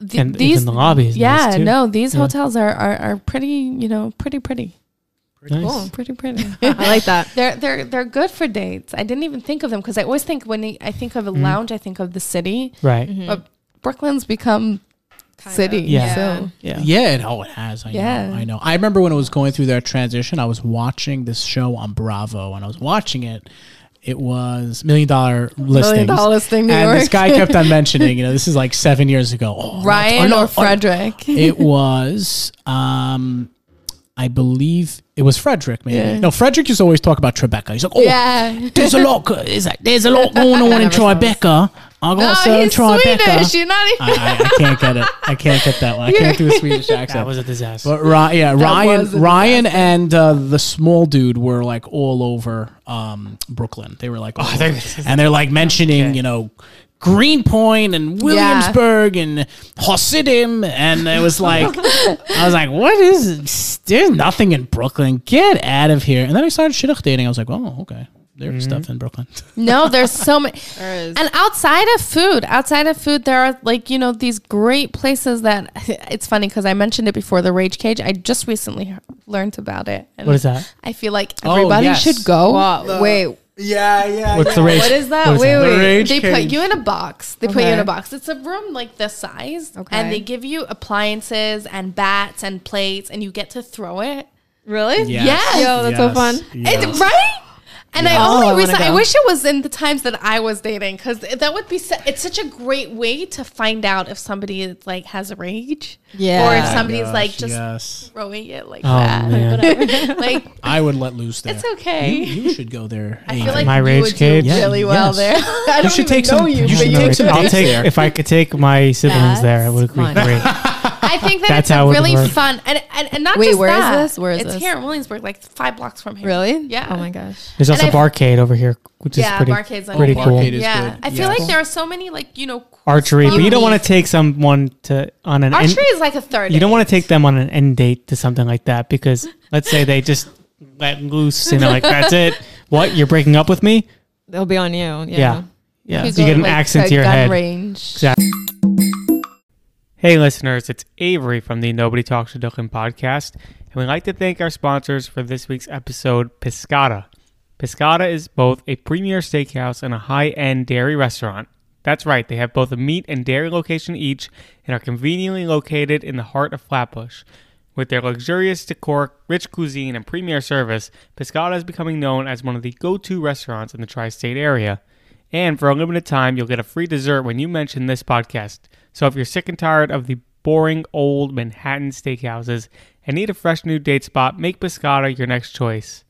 [SPEAKER 5] Mm-hmm. And even the lobby is
[SPEAKER 3] yeah,
[SPEAKER 5] nice, too.
[SPEAKER 3] no, these
[SPEAKER 5] Yeah.
[SPEAKER 3] hotels are, are are pretty, you know, pretty pretty,
[SPEAKER 5] nice.
[SPEAKER 3] pretty pretty.
[SPEAKER 4] uh, I like that.
[SPEAKER 3] They're they're they're good for dates. I didn't even think of them because I always think when I think of a
[SPEAKER 5] Mm-hmm.
[SPEAKER 3] lounge, I think of the city,
[SPEAKER 5] Right.
[SPEAKER 3] but Brooklyn's become city.
[SPEAKER 5] Yeah.
[SPEAKER 3] so
[SPEAKER 5] Yeah.
[SPEAKER 1] Yeah, it, oh, it has. I
[SPEAKER 3] Yeah.
[SPEAKER 1] know. I know. I remember when it was going through that transition, I was watching this show on Bravo, and I was watching it. It was Million Dollar Listings.
[SPEAKER 3] Dollar Listing, New
[SPEAKER 1] and this
[SPEAKER 3] York.
[SPEAKER 1] guy kept on mentioning, you know, this is like seven years ago. Oh, no,
[SPEAKER 3] Ryan
[SPEAKER 1] no,
[SPEAKER 3] or Frederick.
[SPEAKER 1] it was, um, I believe it was Frederick, maybe.
[SPEAKER 3] Yeah.
[SPEAKER 1] No, Frederick used to always talk about Tribeca. He's like, oh,
[SPEAKER 3] yeah.
[SPEAKER 1] there's a lot. go- There's a, there's a lot going on in Tribeca. I'm gonna say
[SPEAKER 3] Swedish.
[SPEAKER 1] Tribeca.
[SPEAKER 3] You're not even.
[SPEAKER 1] I, I, I can't get it. I can't get that one. I can't do a Swedish accent.
[SPEAKER 5] That was a disaster.
[SPEAKER 1] but Ry- yeah,
[SPEAKER 3] was a
[SPEAKER 1] Ryan, Ryan, and uh, the small dude were like all over um, Brooklyn. They were like, all over. and they're like mentioning, you know, Greenpoint and Williamsburg and Hasidim, and it was like I was like, what is? There's nothing in Brooklyn. Get out of here. And then I started shidduch dating. I was like, oh, okay. There's stuff in Brooklyn.
[SPEAKER 3] No, there's so many.
[SPEAKER 4] There is.
[SPEAKER 3] And outside of food, outside of food, there are like, you know, these great places that it's funny because I mentioned it before the Rage Cage. I just recently learned about it. And
[SPEAKER 5] What is that?
[SPEAKER 3] I feel like
[SPEAKER 1] Oh,
[SPEAKER 3] everybody
[SPEAKER 1] yes.
[SPEAKER 3] should go.
[SPEAKER 4] Wow, wait,
[SPEAKER 2] Yeah, yeah.
[SPEAKER 5] What's the rage?
[SPEAKER 4] what is that?
[SPEAKER 5] What is
[SPEAKER 4] wait,
[SPEAKER 5] that?
[SPEAKER 4] wait.
[SPEAKER 1] Rage
[SPEAKER 3] they put
[SPEAKER 1] Cage.
[SPEAKER 3] you in a box. They put you in
[SPEAKER 4] Okay.
[SPEAKER 3] a box. It's a room like this size,
[SPEAKER 4] Okay.
[SPEAKER 3] and they give you appliances and bats and plates, and you get to throw it.
[SPEAKER 4] Really?
[SPEAKER 1] Yes.
[SPEAKER 3] Yes.
[SPEAKER 4] Yo, that's so fun.
[SPEAKER 1] yes.
[SPEAKER 3] It- right? And
[SPEAKER 4] Oh,
[SPEAKER 3] I
[SPEAKER 4] I wanna
[SPEAKER 3] only recently, I
[SPEAKER 4] go.
[SPEAKER 3] wish it was in the times that I was dating because that would be. su- It's such a great way to find out if somebody is, like has a rage,
[SPEAKER 4] Yeah.
[SPEAKER 3] or if
[SPEAKER 4] Oh my
[SPEAKER 3] somebody's
[SPEAKER 1] Gosh,
[SPEAKER 3] like just
[SPEAKER 1] yes.
[SPEAKER 3] throwing it like
[SPEAKER 5] Oh,
[SPEAKER 3] that, like,
[SPEAKER 5] man.
[SPEAKER 3] whatever. like
[SPEAKER 1] I would let loose there.
[SPEAKER 3] it's okay.
[SPEAKER 1] You, you should go there.
[SPEAKER 3] I
[SPEAKER 1] Amy.
[SPEAKER 3] feel like
[SPEAKER 5] My
[SPEAKER 3] you
[SPEAKER 5] rage
[SPEAKER 3] would do
[SPEAKER 5] cage?
[SPEAKER 1] Yeah,
[SPEAKER 3] really well
[SPEAKER 1] yes.
[SPEAKER 3] there. I don't
[SPEAKER 1] should
[SPEAKER 3] even
[SPEAKER 1] take
[SPEAKER 3] know
[SPEAKER 1] some- you
[SPEAKER 3] you. but
[SPEAKER 1] should
[SPEAKER 3] you
[SPEAKER 1] take
[SPEAKER 3] would
[SPEAKER 1] some
[SPEAKER 3] do
[SPEAKER 5] I'll
[SPEAKER 1] dates
[SPEAKER 5] take
[SPEAKER 1] there.
[SPEAKER 5] if I could take my siblings there. It would be
[SPEAKER 4] That's
[SPEAKER 5] great.
[SPEAKER 3] I think that
[SPEAKER 5] That's
[SPEAKER 3] it's
[SPEAKER 5] how it
[SPEAKER 3] a
[SPEAKER 5] would
[SPEAKER 3] really
[SPEAKER 5] work.
[SPEAKER 3] fun and and, and not
[SPEAKER 4] Wait,
[SPEAKER 3] just
[SPEAKER 4] where is
[SPEAKER 3] that.
[SPEAKER 4] this? Where is
[SPEAKER 3] it's
[SPEAKER 4] this?
[SPEAKER 3] here in Williamsburg, like five blocks from here.
[SPEAKER 4] Really?
[SPEAKER 3] Yeah.
[SPEAKER 4] Oh my gosh.
[SPEAKER 5] There's also
[SPEAKER 3] And I-
[SPEAKER 5] Barcade over here, which is
[SPEAKER 3] Yeah,
[SPEAKER 5] pretty,
[SPEAKER 3] Barcade's on
[SPEAKER 5] pretty
[SPEAKER 3] here.
[SPEAKER 5] cool.
[SPEAKER 1] Barcade Oh, is
[SPEAKER 3] yeah,
[SPEAKER 1] good.
[SPEAKER 3] I feel
[SPEAKER 1] Yes.
[SPEAKER 3] like there are so many like you know
[SPEAKER 5] Archery, but you don't want
[SPEAKER 3] unique-
[SPEAKER 5] to take someone to on an
[SPEAKER 3] Archery
[SPEAKER 5] end,
[SPEAKER 3] is like a third.
[SPEAKER 5] you don't want to take them on an end date to something like that because let's say they just let loose and they're like, "That's it, what you're breaking up with me?"
[SPEAKER 4] They'll be on you. Yeah.
[SPEAKER 5] Yeah, yeah. You get an axe into your
[SPEAKER 4] gun
[SPEAKER 5] head.
[SPEAKER 4] Range.
[SPEAKER 5] Exactly. Hey, listeners, it's Avery from the Nobody Talks to Ducklin podcast, and we'd like to thank our sponsors for this week's episode, Piscata. Piscata is both a premier steakhouse and a high end dairy restaurant. That's right, they have both a meat and dairy location each and are conveniently located in the heart of Flatbush. With their luxurious decor, rich cuisine, and premier service, Piscata is becoming known as one of the go to restaurants in the tri state area. And for a limited time, you'll get a free dessert when you mention this podcast. So if you're sick and tired of the boring old Manhattan steakhouses and need a fresh new date spot, make Piscata your next choice.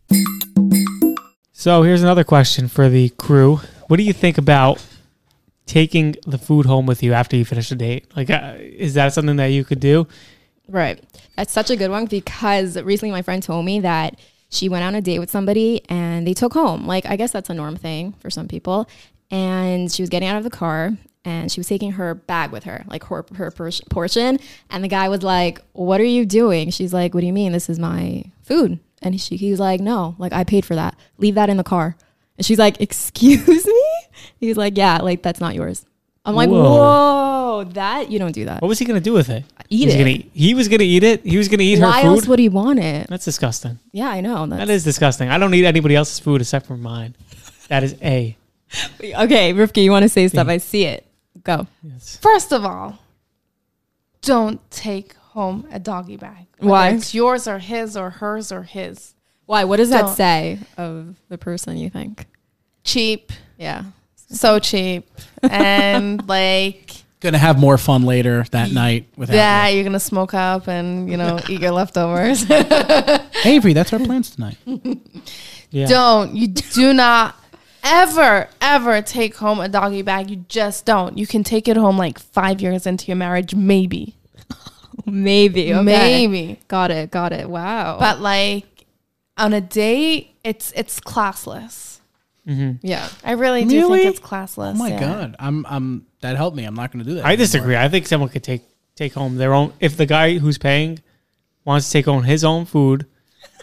[SPEAKER 5] So here's another question for the crew. What do you think about taking the food home with you after you finish the date? Like, uh, is that something that you could do?
[SPEAKER 4] Right. That's such a good one because recently my friend told me that she went on a date with somebody and they took home. Like, I guess that's a norm thing for some people. And she was getting out of the car and she was taking her bag with her, like her, her por- portion. And the guy was like, What are you doing? She's like, What do you mean? This is my food. And she, he was like, No, like, I paid for that. Leave that in the car. And she's like, Excuse me? He was like, Yeah, like, that's not yours. I'm like,
[SPEAKER 5] Whoa.
[SPEAKER 4] Whoa, that, you don't do that.
[SPEAKER 5] What was he gonna do with it?
[SPEAKER 4] Eat
[SPEAKER 5] He's
[SPEAKER 4] it.
[SPEAKER 5] gonna eat- he was gonna eat it. He was gonna eat
[SPEAKER 4] Why
[SPEAKER 5] her food.
[SPEAKER 4] else would he want it?
[SPEAKER 5] That's disgusting.
[SPEAKER 4] Yeah, I know. That's,
[SPEAKER 5] That is disgusting. I don't eat anybody else's food except for mine. That is a.
[SPEAKER 4] okay, Rifka. You want to say stuff?
[SPEAKER 5] Mm.
[SPEAKER 4] I see it. Go.
[SPEAKER 3] First of all, don't take home a doggy bag. whether
[SPEAKER 4] Why?
[SPEAKER 3] It's yours or his or hers or his.
[SPEAKER 4] Why? What does
[SPEAKER 3] Don't.
[SPEAKER 4] that say of the person? You think?
[SPEAKER 3] Cheap,
[SPEAKER 4] Yeah.
[SPEAKER 3] so cheap, and like
[SPEAKER 1] gonna have more fun later that night without
[SPEAKER 3] yeah, you're gonna smoke up and you know eat your leftovers.
[SPEAKER 1] you. Avery. That's our plans tonight.
[SPEAKER 5] Yeah.
[SPEAKER 3] Don't you do not ever ever take home a doggy bag. You just don't. You can take it home like five years into your marriage, maybe,
[SPEAKER 4] Maybe. Okay.
[SPEAKER 3] maybe.
[SPEAKER 4] Got it. Got it. Wow.
[SPEAKER 3] But like on a date, it's it's classless.
[SPEAKER 4] yeah.
[SPEAKER 3] I really,
[SPEAKER 1] Really?
[SPEAKER 3] do think it's classless.
[SPEAKER 1] Oh my
[SPEAKER 3] yeah.
[SPEAKER 1] god, I'm I'm that helped me. I'm not gonna do that.
[SPEAKER 5] I
[SPEAKER 1] anymore.
[SPEAKER 5] disagree. I think someone could take take home their own. If the guy who's paying wants to take home his own food,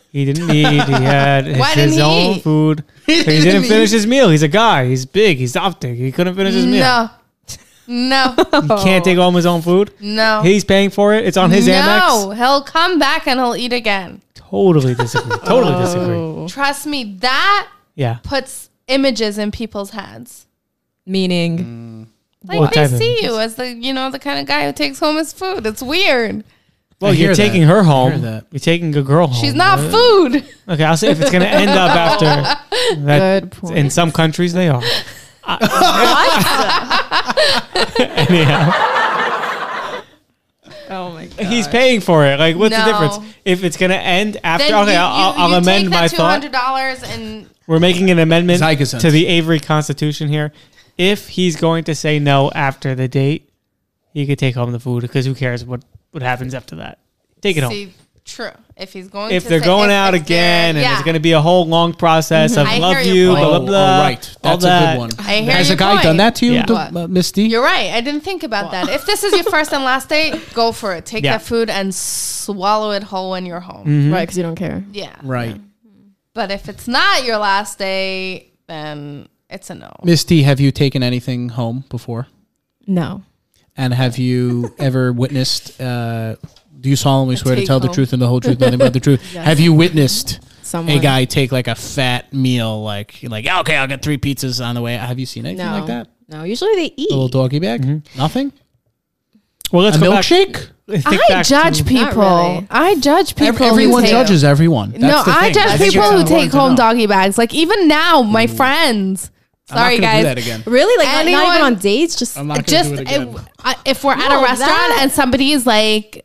[SPEAKER 5] he didn't need. He had his,
[SPEAKER 3] Why didn't
[SPEAKER 5] his
[SPEAKER 3] he
[SPEAKER 5] own
[SPEAKER 3] eat?
[SPEAKER 5] food. But He didn't, finish his meal. He's a guy. He's big. He's optic. He couldn't finish his meal.
[SPEAKER 3] No, no,
[SPEAKER 5] He can't take home his own food.
[SPEAKER 3] no.
[SPEAKER 5] He's paying for it. It's on his
[SPEAKER 3] no,
[SPEAKER 5] Amex.
[SPEAKER 3] he'll come back and he'll eat again.
[SPEAKER 5] Totally disagree. Totally disagree.
[SPEAKER 3] Trust me, that
[SPEAKER 5] Yeah.
[SPEAKER 3] puts images in people's heads.
[SPEAKER 4] Meaning.
[SPEAKER 3] Like
[SPEAKER 5] What
[SPEAKER 3] they
[SPEAKER 5] type of
[SPEAKER 3] see
[SPEAKER 5] images?
[SPEAKER 3] you as the you know the kind of guy who takes home his food. It's weird.
[SPEAKER 5] Well,
[SPEAKER 1] I
[SPEAKER 5] you're
[SPEAKER 1] hear that.
[SPEAKER 5] taking her home.
[SPEAKER 1] that.
[SPEAKER 5] You're taking a girl home.
[SPEAKER 3] She's not food.
[SPEAKER 5] Oh, Okay, I'll say if it's going to end up after that.
[SPEAKER 4] Good point.
[SPEAKER 5] In some countries, they are. Anyhow,
[SPEAKER 4] oh my god.
[SPEAKER 5] he's paying for it. Like, what's the
[SPEAKER 3] No.
[SPEAKER 5] difference? If it's going to end after,
[SPEAKER 3] Then
[SPEAKER 5] okay,
[SPEAKER 3] you, you,
[SPEAKER 5] I'll, I'll
[SPEAKER 3] you
[SPEAKER 5] amend
[SPEAKER 3] take
[SPEAKER 5] my
[SPEAKER 3] that two
[SPEAKER 5] thought.
[SPEAKER 3] hundred dollars and
[SPEAKER 5] We're making an amendment
[SPEAKER 1] Zeitgesetz.
[SPEAKER 5] to the Avery Constitution here. If he's going to say no after the date, he could take home the food because who cares what, what happens after that? Take it home.
[SPEAKER 3] see True. If he's going,
[SPEAKER 5] if
[SPEAKER 3] to
[SPEAKER 5] they're
[SPEAKER 3] say-
[SPEAKER 5] going
[SPEAKER 3] if-
[SPEAKER 5] out
[SPEAKER 3] if they're-
[SPEAKER 5] again and
[SPEAKER 3] yeah. Mm-hmm.
[SPEAKER 5] it's going to be a whole long process of
[SPEAKER 3] I
[SPEAKER 5] love
[SPEAKER 3] hear
[SPEAKER 5] you,
[SPEAKER 3] your
[SPEAKER 5] blah, blah,
[SPEAKER 3] point.
[SPEAKER 5] blah.
[SPEAKER 1] all Oh, right,
[SPEAKER 5] all
[SPEAKER 1] that's a
[SPEAKER 5] that.
[SPEAKER 1] good one.
[SPEAKER 3] I hear
[SPEAKER 1] Has a
[SPEAKER 3] your
[SPEAKER 1] guy
[SPEAKER 3] point.
[SPEAKER 1] done that to you,
[SPEAKER 5] Yeah.
[SPEAKER 1] D-
[SPEAKER 4] What?
[SPEAKER 1] uh, Miss D?
[SPEAKER 3] You're right. I didn't think about that. If this is your first and last date, go for it. Take
[SPEAKER 5] Yeah.
[SPEAKER 3] that food and swallow it whole when you're home.
[SPEAKER 4] Right, because you don't care.
[SPEAKER 3] Yeah.
[SPEAKER 1] Mm-hmm. right,
[SPEAKER 3] But if it's not your last date, then it's a no.
[SPEAKER 1] Miss D. Have you taken anything home before?
[SPEAKER 4] No.
[SPEAKER 1] And have you ever witnessed? Uh, do you solemnly swear to
[SPEAKER 3] take
[SPEAKER 1] tell the
[SPEAKER 3] home.
[SPEAKER 1] truth and the whole truth, nothing but the truth? Have you witnessed
[SPEAKER 4] Someone.
[SPEAKER 1] a guy take like a fat meal, like like okay, I'll get three pizzas on the way? Have you seen anything
[SPEAKER 4] No.
[SPEAKER 1] like that?
[SPEAKER 4] No. Usually they eat.
[SPEAKER 1] A little doggy bag? Nothing.
[SPEAKER 5] Well, Mm-hmm. let's
[SPEAKER 1] a
[SPEAKER 5] go
[SPEAKER 1] milkshake.
[SPEAKER 5] back. think
[SPEAKER 3] I
[SPEAKER 5] back
[SPEAKER 3] judge
[SPEAKER 5] to-
[SPEAKER 3] people.
[SPEAKER 4] really.
[SPEAKER 3] I judge people.
[SPEAKER 1] Ev-
[SPEAKER 3] who
[SPEAKER 1] everyone
[SPEAKER 3] take-
[SPEAKER 1] judges everyone.
[SPEAKER 3] No,
[SPEAKER 1] That's the
[SPEAKER 3] I
[SPEAKER 1] thing.
[SPEAKER 3] judge
[SPEAKER 1] think
[SPEAKER 3] people
[SPEAKER 1] it's
[SPEAKER 3] who
[SPEAKER 1] important
[SPEAKER 3] take
[SPEAKER 1] to
[SPEAKER 3] home
[SPEAKER 1] know.
[SPEAKER 3] doggy bags. Like even now, my
[SPEAKER 1] Mm.
[SPEAKER 3] friends.
[SPEAKER 1] I'm not
[SPEAKER 3] Sorry,
[SPEAKER 1] gonna
[SPEAKER 3] guys.
[SPEAKER 1] do that again.
[SPEAKER 4] Really? Like not- not even
[SPEAKER 3] Anyone-
[SPEAKER 4] on dates? Just
[SPEAKER 1] I'm not gonna
[SPEAKER 3] just
[SPEAKER 1] do it again.
[SPEAKER 3] if- I- if we're at
[SPEAKER 4] No,
[SPEAKER 3] a restaurant
[SPEAKER 4] that-
[SPEAKER 3] and somebody is like,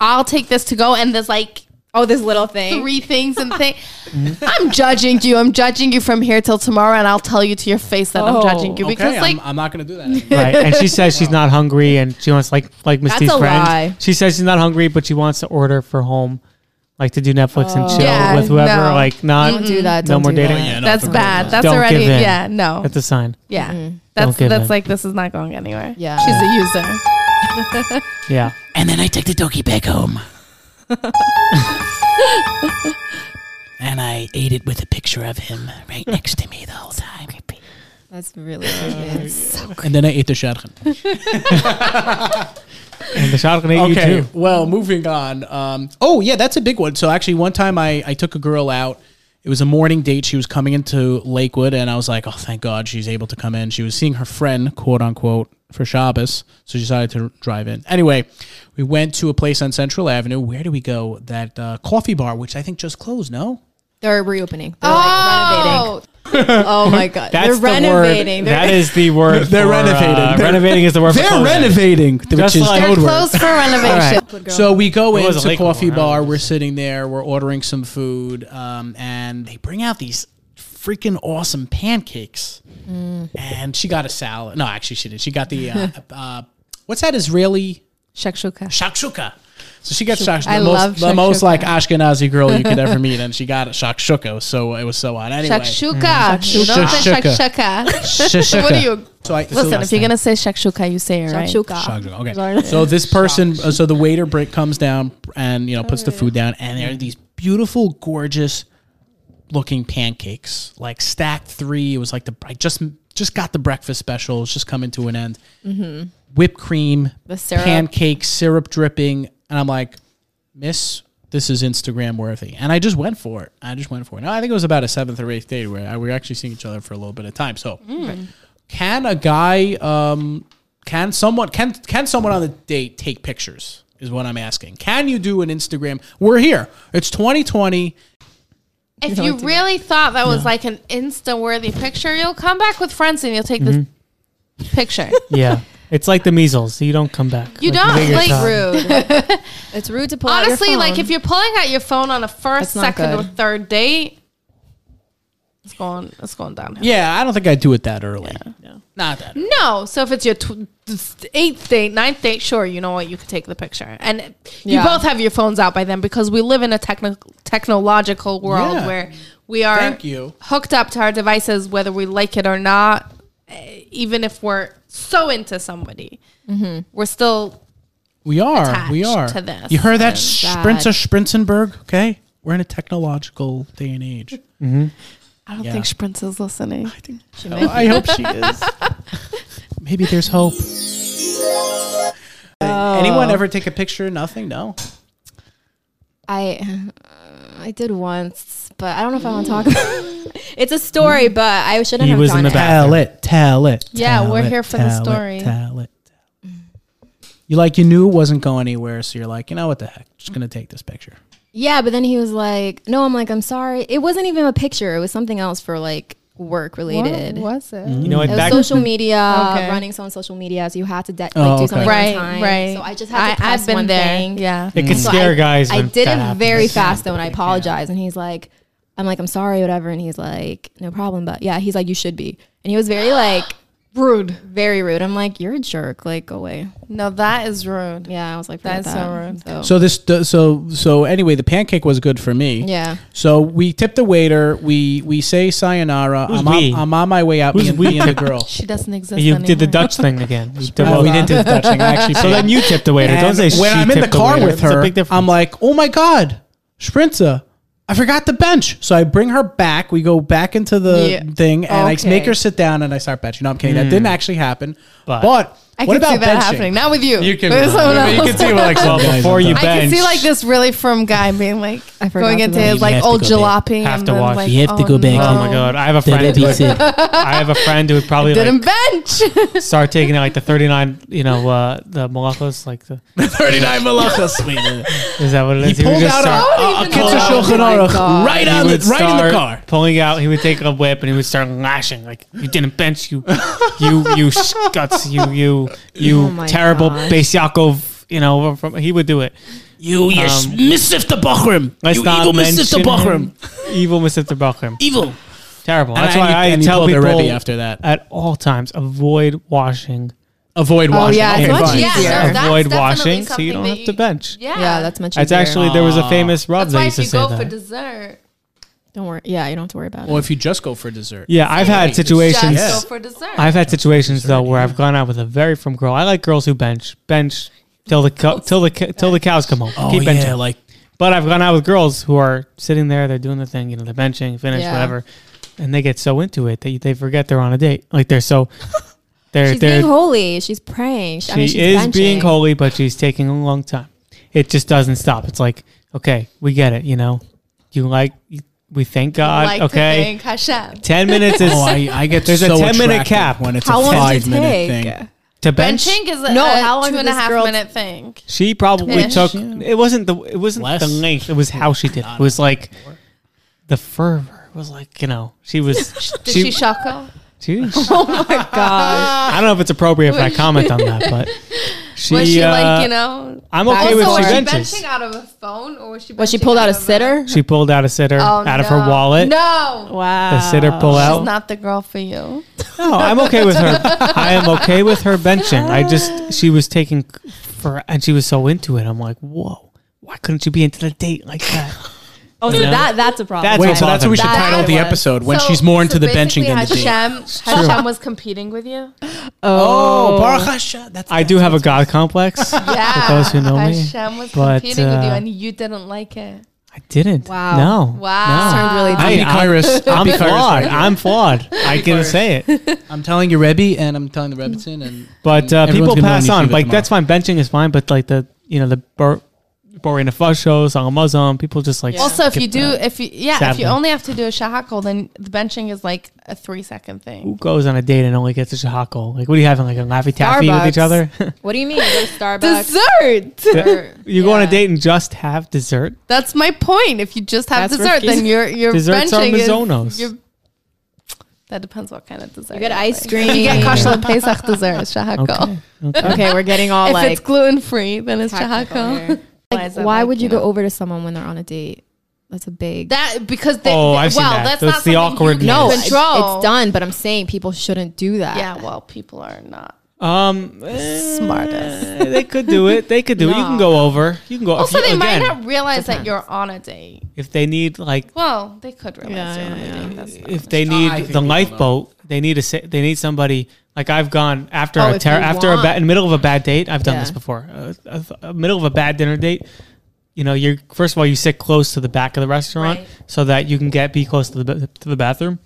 [SPEAKER 3] "I'll take this to go," and there's like
[SPEAKER 4] oh, this little thing.
[SPEAKER 3] three things and thing, I'm judging you. I'm judging you from here till tomorrow, and I'll tell you to your face that
[SPEAKER 4] Oh,
[SPEAKER 3] I'm judging you because
[SPEAKER 1] okay,
[SPEAKER 3] like
[SPEAKER 1] I'm, I'm not going to do that. Anymore.
[SPEAKER 5] right. And she says she's not hungry and she wants like like Miss
[SPEAKER 4] That's
[SPEAKER 5] D's
[SPEAKER 4] a
[SPEAKER 5] friend.
[SPEAKER 4] lie.
[SPEAKER 5] She says she's not hungry, but she wants to order for home, like to do Netflix and chill
[SPEAKER 3] Yeah,
[SPEAKER 5] with whoever.
[SPEAKER 3] no.
[SPEAKER 5] Like not
[SPEAKER 4] Don't do that.
[SPEAKER 5] No
[SPEAKER 4] don't
[SPEAKER 5] more
[SPEAKER 4] do
[SPEAKER 5] dating.
[SPEAKER 4] that. Mm.
[SPEAKER 1] Yeah, no,
[SPEAKER 3] that's
[SPEAKER 1] forget
[SPEAKER 3] bad.
[SPEAKER 1] about
[SPEAKER 3] That's
[SPEAKER 5] Don't
[SPEAKER 3] already
[SPEAKER 5] give in.
[SPEAKER 3] yeah no
[SPEAKER 5] That's a sign.
[SPEAKER 3] yeah.
[SPEAKER 5] Don't
[SPEAKER 3] That's
[SPEAKER 5] give
[SPEAKER 3] that's
[SPEAKER 5] in.
[SPEAKER 3] like this is not going anywhere.
[SPEAKER 4] Yeah.
[SPEAKER 3] she's a user.
[SPEAKER 5] Yeah.
[SPEAKER 1] it. And then I take the doggy back home. and I ate it with a picture of him right next to me the whole time.
[SPEAKER 4] That's really creepy.
[SPEAKER 1] And then I ate the shotgun.
[SPEAKER 5] And the shot can eat
[SPEAKER 1] Okay.
[SPEAKER 5] you too.
[SPEAKER 1] Well, moving on. Um, oh yeah, that's a big one. So actually, one time I I took a girl out. It was a morning date. She was coming into Lakewood, and I was like, "Oh, thank God she's able to come in." She was seeing her friend, quote unquote, for Shabbos, so she decided to drive in. Anyway, we went to a place on Central Avenue. Where do we go? That uh, coffee bar, which I think just closed. No,
[SPEAKER 4] They're reopening. They're like renovating. Oh my god.
[SPEAKER 5] That's
[SPEAKER 4] They're
[SPEAKER 5] the
[SPEAKER 4] renovating.
[SPEAKER 5] word.
[SPEAKER 4] They're-
[SPEAKER 5] That is the word.
[SPEAKER 1] They're
[SPEAKER 5] for,
[SPEAKER 1] renovating.
[SPEAKER 5] Uh,
[SPEAKER 1] They're-
[SPEAKER 5] renovating is the word. for
[SPEAKER 1] they're
[SPEAKER 5] closing.
[SPEAKER 1] renovating, which
[SPEAKER 5] Just
[SPEAKER 1] is
[SPEAKER 5] like-
[SPEAKER 3] they're
[SPEAKER 1] code word.
[SPEAKER 3] closed for renovation.
[SPEAKER 1] So we go
[SPEAKER 5] It was a
[SPEAKER 1] into
[SPEAKER 5] lake
[SPEAKER 1] coffee
[SPEAKER 5] one, I don't
[SPEAKER 1] bar.
[SPEAKER 5] know.
[SPEAKER 1] We're sitting there. We're ordering some food, um, and they bring out these freaking awesome pancakes.
[SPEAKER 3] Mm.
[SPEAKER 1] And she got a salad. No, actually, she did. She got the uh, uh, what's that Israeli
[SPEAKER 3] Shakshuka.
[SPEAKER 1] shakshuka. So she got shakshuka.
[SPEAKER 3] I
[SPEAKER 1] The,
[SPEAKER 3] love
[SPEAKER 1] most, the most
[SPEAKER 3] shakshuka.
[SPEAKER 1] like Ashkenazi girl you could ever meet, and she got a shakshuka. So it was so on. Anyway,
[SPEAKER 3] Shakshuka.
[SPEAKER 5] Mm.
[SPEAKER 3] You don't say
[SPEAKER 1] Shakshuka.
[SPEAKER 3] shakshuka.
[SPEAKER 1] shakshuka.
[SPEAKER 3] What are you?
[SPEAKER 1] So I, so-
[SPEAKER 3] Listen, if you're gonna say shakshuka, you say it right.
[SPEAKER 4] Shakshuka.
[SPEAKER 1] Shakshuka, Okay. So this person, uh, so the waiter break comes down and you know puts the food down, and there are these beautiful, gorgeous looking pancakes, like stacked three. It was like the I just just got the breakfast special. It's just coming to an end. Whipped cream,
[SPEAKER 4] Mm-hmm. The syrup.
[SPEAKER 1] pancake syrup dripping, and I'm like, Miss. This is Instagram worthy, and I just went for it. I just went for it. Now I think it was about a seventh or eighth day where I, we were actually seeing each other for a little bit of time. So,
[SPEAKER 4] Mm.
[SPEAKER 1] can a guy um can someone can can someone on the date take pictures is what i'm asking can you do an instagram we're here it's 2020
[SPEAKER 3] If you really thought that was like an insta worthy picture, you'll come back with friends and you'll take
[SPEAKER 5] Mm-hmm.
[SPEAKER 3] this picture.
[SPEAKER 5] Yeah. It's like the measles. You don't come back.
[SPEAKER 3] You don't,
[SPEAKER 5] take your
[SPEAKER 3] like,
[SPEAKER 5] time.
[SPEAKER 4] Rude. it's rude to pull out your
[SPEAKER 3] Honestly, like
[SPEAKER 4] phone.
[SPEAKER 3] if you're pulling out your phone on a first,
[SPEAKER 4] That's not
[SPEAKER 3] second, or
[SPEAKER 4] good.
[SPEAKER 3] third date, it's going it's going downhill.
[SPEAKER 1] yeah i don't think i do it that early not that early.
[SPEAKER 3] No, so if it's your tw- eighth date, ninth date, sure, you know what, you could take the picture, and you
[SPEAKER 4] Yeah.
[SPEAKER 3] both have your phones out by then because we live in a techno- technological world
[SPEAKER 1] Yeah.
[SPEAKER 3] where we are
[SPEAKER 1] Thank you.
[SPEAKER 3] hooked up to our devices, whether we like it or not. eh, Even if we're so into somebody,
[SPEAKER 4] Mm-hmm.
[SPEAKER 3] we're still
[SPEAKER 1] we are
[SPEAKER 3] Attached
[SPEAKER 1] we are
[SPEAKER 3] to this
[SPEAKER 1] you heard that
[SPEAKER 3] is
[SPEAKER 4] bad.
[SPEAKER 1] sprinter sprinzenberg okay we're in a technological day and age
[SPEAKER 3] I don't
[SPEAKER 1] Yeah.
[SPEAKER 3] think Sprints is listening.
[SPEAKER 1] Oh, i hope she is maybe there's hope
[SPEAKER 3] Oh.
[SPEAKER 1] anyone ever take a picture nothing no
[SPEAKER 4] I uh, I did once, but I don't know if I want to talk. about It's a story, but I shouldn't
[SPEAKER 5] He
[SPEAKER 4] have
[SPEAKER 5] was
[SPEAKER 4] done
[SPEAKER 5] in the
[SPEAKER 4] it.
[SPEAKER 5] back.
[SPEAKER 1] Tell it, tell it.
[SPEAKER 3] Yeah,
[SPEAKER 1] tell
[SPEAKER 3] we're
[SPEAKER 1] it,
[SPEAKER 3] here for the
[SPEAKER 1] tell it,
[SPEAKER 3] story.
[SPEAKER 1] tell it, tell it. You like you knew it wasn't going anywhere, so you're like, you know what the heck, just gonna take this picture.
[SPEAKER 4] Yeah, but then he was like, "No, I'm like, I'm sorry. It wasn't even a picture. It was something else for like work related.
[SPEAKER 3] was it?
[SPEAKER 1] Mm-hmm.
[SPEAKER 5] You know what?
[SPEAKER 4] It was
[SPEAKER 5] Back,
[SPEAKER 4] social media,
[SPEAKER 3] Okay.
[SPEAKER 4] running someone social media, so you had to de- like,
[SPEAKER 1] Oh,
[SPEAKER 4] do
[SPEAKER 1] okay.
[SPEAKER 4] something
[SPEAKER 3] Right,
[SPEAKER 4] on time.
[SPEAKER 3] right.
[SPEAKER 4] So I just had to press
[SPEAKER 3] I've been
[SPEAKER 4] one
[SPEAKER 3] there.
[SPEAKER 4] thing.
[SPEAKER 3] Yeah.
[SPEAKER 5] it can
[SPEAKER 4] So
[SPEAKER 5] scare
[SPEAKER 4] I,
[SPEAKER 5] guys.
[SPEAKER 4] I
[SPEAKER 5] when
[SPEAKER 4] did
[SPEAKER 5] that
[SPEAKER 4] it
[SPEAKER 5] happens.
[SPEAKER 4] very fast though, and I apologized. And he's like, I'm like, I'm sorry, whatever. And he's like, no problem, but yeah, he's like, you should be. And he was very like,
[SPEAKER 3] Rude.
[SPEAKER 4] Very rude. I'm like, you're a jerk. Like, go away.
[SPEAKER 3] No, that is rude.
[SPEAKER 4] Yeah, I was like, forget
[SPEAKER 3] That's so rude.
[SPEAKER 4] So,
[SPEAKER 1] So this, so so anyway, the pancake was good for me.
[SPEAKER 4] yeah,
[SPEAKER 1] So we tip the waiter. We we say sayonara.
[SPEAKER 5] Who's
[SPEAKER 1] I'm, on-
[SPEAKER 5] we?
[SPEAKER 1] I'm on my way out.
[SPEAKER 5] Who's
[SPEAKER 1] me and,
[SPEAKER 5] we?
[SPEAKER 1] me and the girl.
[SPEAKER 3] She doesn't exist.
[SPEAKER 5] You
[SPEAKER 3] anymore.
[SPEAKER 5] did the Dutch thing again. You did-
[SPEAKER 1] Oh,
[SPEAKER 5] well, we
[SPEAKER 1] we
[SPEAKER 5] did-
[SPEAKER 1] didn't do the Dutch thing. I actually
[SPEAKER 5] so then you tipped the waiter. Don't
[SPEAKER 1] And
[SPEAKER 5] say she
[SPEAKER 1] when I'm in the
[SPEAKER 5] tipped
[SPEAKER 1] car
[SPEAKER 5] waiter.
[SPEAKER 1] with
[SPEAKER 5] It's a
[SPEAKER 1] her,
[SPEAKER 5] big difference.
[SPEAKER 1] I'm like, oh my god, Sprinza, I forgot the bench. So I bring her back. We go back into the
[SPEAKER 3] Yeah.
[SPEAKER 1] thing, and I
[SPEAKER 3] Okay.
[SPEAKER 1] make her sit down, and I start benching. No, I'm kidding. That didn't actually happen.
[SPEAKER 5] Hmm. But-
[SPEAKER 1] But,
[SPEAKER 3] I
[SPEAKER 1] what
[SPEAKER 3] can
[SPEAKER 1] about
[SPEAKER 3] see that
[SPEAKER 1] benching?
[SPEAKER 3] happening. Not with you.
[SPEAKER 1] You can,
[SPEAKER 3] With someone
[SPEAKER 1] you
[SPEAKER 3] else.
[SPEAKER 1] can see what like
[SPEAKER 5] Well,
[SPEAKER 1] some guys
[SPEAKER 5] before
[SPEAKER 1] are
[SPEAKER 5] you
[SPEAKER 1] doing.
[SPEAKER 3] I can see
[SPEAKER 5] bench.
[SPEAKER 3] like this really firm guy being like
[SPEAKER 4] I forgot
[SPEAKER 3] going into
[SPEAKER 4] about
[SPEAKER 5] that. You
[SPEAKER 3] his like
[SPEAKER 5] have to
[SPEAKER 3] old
[SPEAKER 5] go back.
[SPEAKER 3] jalopy.
[SPEAKER 5] Have
[SPEAKER 3] and
[SPEAKER 5] to
[SPEAKER 3] then,
[SPEAKER 5] watch.
[SPEAKER 3] Like,
[SPEAKER 1] You have to
[SPEAKER 3] oh,
[SPEAKER 1] go back.
[SPEAKER 5] Oh
[SPEAKER 3] no.
[SPEAKER 5] my god! I have a friend. who- I have a friend who would probably like,
[SPEAKER 3] Didn't bench.
[SPEAKER 5] start taking out like the 39, you know, uh, the malachos, like the,
[SPEAKER 1] 39 Malachas.
[SPEAKER 5] is that what it
[SPEAKER 1] He
[SPEAKER 5] is? would
[SPEAKER 1] pulled
[SPEAKER 5] just
[SPEAKER 1] out
[SPEAKER 5] start-
[SPEAKER 1] a, a, a
[SPEAKER 4] even
[SPEAKER 1] Kitzur
[SPEAKER 4] know.
[SPEAKER 1] Shulchan
[SPEAKER 4] Oh my
[SPEAKER 1] Aruch
[SPEAKER 4] God.
[SPEAKER 1] right,
[SPEAKER 5] he
[SPEAKER 1] on the,
[SPEAKER 5] would
[SPEAKER 1] right in the
[SPEAKER 5] start
[SPEAKER 1] car.
[SPEAKER 5] Pulling out, he would take a whip and he would start lashing like you didn't bench you, you, you scuts, you, you, you
[SPEAKER 4] Oh my
[SPEAKER 5] terrible
[SPEAKER 4] gosh.
[SPEAKER 5] base Yaakov. You know, from, he would do it.
[SPEAKER 1] You, you
[SPEAKER 5] Um,
[SPEAKER 1] mischief the Bachrim.
[SPEAKER 5] Let's
[SPEAKER 1] You
[SPEAKER 5] not
[SPEAKER 1] evil
[SPEAKER 5] mention
[SPEAKER 1] mischief the Bachrim.
[SPEAKER 5] him. Evil Mr. Bachrim.
[SPEAKER 1] Evil.
[SPEAKER 5] Terrible. That's
[SPEAKER 1] and
[SPEAKER 5] why I,
[SPEAKER 1] and
[SPEAKER 5] tell
[SPEAKER 1] pulled the
[SPEAKER 5] people
[SPEAKER 1] Rebbe after that.
[SPEAKER 5] at all times avoid washing.
[SPEAKER 1] Avoid washing.
[SPEAKER 4] yeah,
[SPEAKER 1] Okay,
[SPEAKER 4] it's much
[SPEAKER 1] fine.
[SPEAKER 4] easier. Yeah,
[SPEAKER 3] that's
[SPEAKER 5] avoid
[SPEAKER 3] definitely
[SPEAKER 5] washing, so you
[SPEAKER 3] something
[SPEAKER 5] don't
[SPEAKER 3] that
[SPEAKER 5] have
[SPEAKER 3] you-
[SPEAKER 5] to bench.
[SPEAKER 3] Yeah,
[SPEAKER 4] yeah, that's much.
[SPEAKER 5] That's
[SPEAKER 4] easier.
[SPEAKER 5] actually there was a
[SPEAKER 1] Ah.
[SPEAKER 5] famous Rob
[SPEAKER 3] that's
[SPEAKER 5] that
[SPEAKER 3] why
[SPEAKER 5] used
[SPEAKER 3] if
[SPEAKER 5] to
[SPEAKER 3] you
[SPEAKER 5] say
[SPEAKER 3] go
[SPEAKER 5] that.
[SPEAKER 3] for dessert,
[SPEAKER 4] Don't worry. Yeah, you don't have to worry about
[SPEAKER 1] Or
[SPEAKER 4] it.
[SPEAKER 1] if you just go for dessert.
[SPEAKER 5] yeah, I've had
[SPEAKER 3] just
[SPEAKER 5] situations.
[SPEAKER 1] Yes.
[SPEAKER 3] go for dessert.
[SPEAKER 5] I've had situations though where I've gone out with a very firm girl. I like girls who bench, bench till the co- till the co- till the cows come home.
[SPEAKER 1] Oh,
[SPEAKER 5] Keep
[SPEAKER 1] yeah,
[SPEAKER 5] benching.
[SPEAKER 1] like
[SPEAKER 5] but I've gone out with girls who are sitting there, they're doing the thing, you know, they're benching, finish,
[SPEAKER 4] Yeah.
[SPEAKER 5] whatever, and they get so into it that they forget they're on a date. Like they're so they're
[SPEAKER 4] She's
[SPEAKER 5] they're
[SPEAKER 4] being holy. She's praying. She, I mean, she's
[SPEAKER 5] she is being
[SPEAKER 4] benching.
[SPEAKER 5] holy, but she's taking a long time. It just doesn't stop. It's like, okay, we get it. You know, you like, we thank God.
[SPEAKER 3] like to
[SPEAKER 5] okay,
[SPEAKER 3] thank Hashem.
[SPEAKER 5] ten minutes is
[SPEAKER 1] oh, I, I get
[SPEAKER 5] There's a
[SPEAKER 1] so
[SPEAKER 5] 10 minute
[SPEAKER 1] attracted
[SPEAKER 5] cap.
[SPEAKER 1] when it's
[SPEAKER 4] How
[SPEAKER 1] a
[SPEAKER 4] long does
[SPEAKER 1] five
[SPEAKER 4] it
[SPEAKER 1] minute
[SPEAKER 4] take?
[SPEAKER 1] thing.
[SPEAKER 5] to bench.
[SPEAKER 3] Benching is a,
[SPEAKER 4] No, how long
[SPEAKER 3] two
[SPEAKER 4] did
[SPEAKER 3] and a
[SPEAKER 4] this
[SPEAKER 3] half
[SPEAKER 4] girl-
[SPEAKER 3] minute thing.
[SPEAKER 5] She probably
[SPEAKER 3] Ish.
[SPEAKER 5] took. It wasn't the. It wasn't
[SPEAKER 1] Less.
[SPEAKER 5] the length. It was how she did. It It was like the fervor. It was like you know she was.
[SPEAKER 3] Did she, Oh shuckle?
[SPEAKER 5] she-
[SPEAKER 4] God.
[SPEAKER 5] I don't know if it's appropriate if I comment on that, but she.
[SPEAKER 3] Was she like
[SPEAKER 5] uh,
[SPEAKER 3] you know?
[SPEAKER 5] I'm okay
[SPEAKER 4] Also,
[SPEAKER 5] with
[SPEAKER 4] was
[SPEAKER 5] she
[SPEAKER 3] was she
[SPEAKER 5] benches.
[SPEAKER 3] benching out of a phone or was she?
[SPEAKER 4] Was she
[SPEAKER 3] benching
[SPEAKER 4] pulled out a
[SPEAKER 3] of
[SPEAKER 4] sitter?
[SPEAKER 5] She pulled out a sitter
[SPEAKER 3] Oh,
[SPEAKER 5] out of
[SPEAKER 3] no.
[SPEAKER 5] her wallet.
[SPEAKER 3] No,
[SPEAKER 4] Wow.
[SPEAKER 5] The sitter pull out.
[SPEAKER 3] she's not the girl for you.
[SPEAKER 5] No, I'm okay with her. I am okay with her benching. I just she was taking for and she was so into it. I'm like, whoa, why couldn't you be into the date like that?
[SPEAKER 4] Oh, so
[SPEAKER 5] No.
[SPEAKER 4] that that's a problem.
[SPEAKER 5] That's
[SPEAKER 1] Wait,
[SPEAKER 5] what
[SPEAKER 1] so that's what we should
[SPEAKER 4] bothered me.
[SPEAKER 1] title the
[SPEAKER 4] That was-
[SPEAKER 1] episode when
[SPEAKER 3] So-
[SPEAKER 1] she's more into
[SPEAKER 3] so
[SPEAKER 1] the benching
[SPEAKER 3] basically
[SPEAKER 1] than the date.
[SPEAKER 3] Hashem, Hashem was competing with you.
[SPEAKER 1] Oh, Baruch Hashem. That's
[SPEAKER 5] I do have a god complex.
[SPEAKER 3] Yeah,
[SPEAKER 5] For those who know me,
[SPEAKER 3] Hashem was
[SPEAKER 5] but,
[SPEAKER 3] competing with you,
[SPEAKER 5] uh,
[SPEAKER 3] and you didn't like it.
[SPEAKER 5] I didn't.
[SPEAKER 4] Wow.
[SPEAKER 5] No.
[SPEAKER 3] Wow.
[SPEAKER 5] No.
[SPEAKER 4] turned really
[SPEAKER 5] I-
[SPEAKER 4] deep.
[SPEAKER 1] Happy Kairos.
[SPEAKER 5] I'm
[SPEAKER 1] Happy
[SPEAKER 5] flawed.
[SPEAKER 1] Kairos.
[SPEAKER 5] I'm flawed. I can say it.
[SPEAKER 1] I'm telling you, Rebbe, and I'm telling the Rebbitzin, and
[SPEAKER 5] But uh,
[SPEAKER 1] Everyone's
[SPEAKER 5] people
[SPEAKER 1] gonna know
[SPEAKER 5] pass
[SPEAKER 1] when you
[SPEAKER 5] on.
[SPEAKER 1] see that
[SPEAKER 5] Like that's fine. Benching is fine. But like the you know the bor boring the fush shows on Muslim people just like
[SPEAKER 4] Yeah.
[SPEAKER 3] Also, if
[SPEAKER 5] skip
[SPEAKER 3] you do,
[SPEAKER 5] that.
[SPEAKER 3] if you yeah, if
[SPEAKER 5] Sadly.
[SPEAKER 3] you only have to do a shahakal, then the benching is like a three second
[SPEAKER 5] Who
[SPEAKER 3] thing.
[SPEAKER 5] goes on a date and only gets a shahako? Like, what are you having? Like a laffy taffy with each
[SPEAKER 4] Starbucks.
[SPEAKER 5] other?
[SPEAKER 4] What do you mean? You go to Starbucks.
[SPEAKER 3] Dessert.
[SPEAKER 4] Dessert.
[SPEAKER 5] you go on a
[SPEAKER 4] Yeah.
[SPEAKER 5] date and just have dessert?
[SPEAKER 3] That's my point. If you just have
[SPEAKER 4] That's
[SPEAKER 3] dessert,
[SPEAKER 4] refuse-
[SPEAKER 3] then you're you're
[SPEAKER 5] Desserts are
[SPEAKER 3] benching is-
[SPEAKER 5] Mizonos.
[SPEAKER 3] you're- that depends what kind of dessert.
[SPEAKER 4] You get
[SPEAKER 3] you
[SPEAKER 4] ice
[SPEAKER 3] like.
[SPEAKER 4] cream.
[SPEAKER 3] You get kosher Pesach dessert, it's shahakal.
[SPEAKER 5] Okay. okay.
[SPEAKER 4] Okay, we're getting all
[SPEAKER 3] If
[SPEAKER 4] like.
[SPEAKER 3] it's gluten free, then it's
[SPEAKER 4] tactical
[SPEAKER 3] shahakal.
[SPEAKER 4] here.
[SPEAKER 3] Why
[SPEAKER 4] Like,
[SPEAKER 3] is that,
[SPEAKER 4] why
[SPEAKER 3] like,
[SPEAKER 4] would you
[SPEAKER 3] you
[SPEAKER 4] go
[SPEAKER 3] know?
[SPEAKER 4] over to someone when they're on a date? That's a big.
[SPEAKER 3] That because they,
[SPEAKER 5] Oh,
[SPEAKER 3] they-
[SPEAKER 5] I've seen
[SPEAKER 3] well,
[SPEAKER 5] that.
[SPEAKER 3] that's,
[SPEAKER 5] That's
[SPEAKER 3] not
[SPEAKER 5] the
[SPEAKER 3] something
[SPEAKER 5] awkwardness.
[SPEAKER 3] You
[SPEAKER 5] No,
[SPEAKER 3] no,
[SPEAKER 4] it's, it's
[SPEAKER 3] control.
[SPEAKER 4] done, but I'm saying people shouldn't do that.
[SPEAKER 3] Yeah, well, people are not.
[SPEAKER 5] Um,
[SPEAKER 3] smartest.
[SPEAKER 5] eh, They could do it. They could do it. You can go over. You can go. if
[SPEAKER 3] Mm. Also,
[SPEAKER 5] you-
[SPEAKER 3] they might
[SPEAKER 5] again,
[SPEAKER 3] not realize that
[SPEAKER 4] depends.
[SPEAKER 3] you're on a date.
[SPEAKER 5] If they need like,
[SPEAKER 3] Well, they could realize
[SPEAKER 4] Yeah,
[SPEAKER 3] you're on
[SPEAKER 4] yeah,
[SPEAKER 3] a
[SPEAKER 4] yeah.
[SPEAKER 3] date. That's not
[SPEAKER 5] if they
[SPEAKER 1] I
[SPEAKER 5] need
[SPEAKER 1] think
[SPEAKER 5] the
[SPEAKER 1] people know.
[SPEAKER 5] lifeboat, they need a. sa- They need somebody. Like I've gone after
[SPEAKER 3] Oh,
[SPEAKER 5] a
[SPEAKER 3] if
[SPEAKER 5] ter-
[SPEAKER 3] you
[SPEAKER 5] after a ba-
[SPEAKER 3] want.
[SPEAKER 5] in the middle of a bad date. I've done
[SPEAKER 4] Yeah.
[SPEAKER 5] this before. Uh, a, a middle of a bad dinner date. You know, you're first of all you sit close to the back of the restaurant
[SPEAKER 3] Right.
[SPEAKER 5] so that you can get be close to the ba- to the bathroom,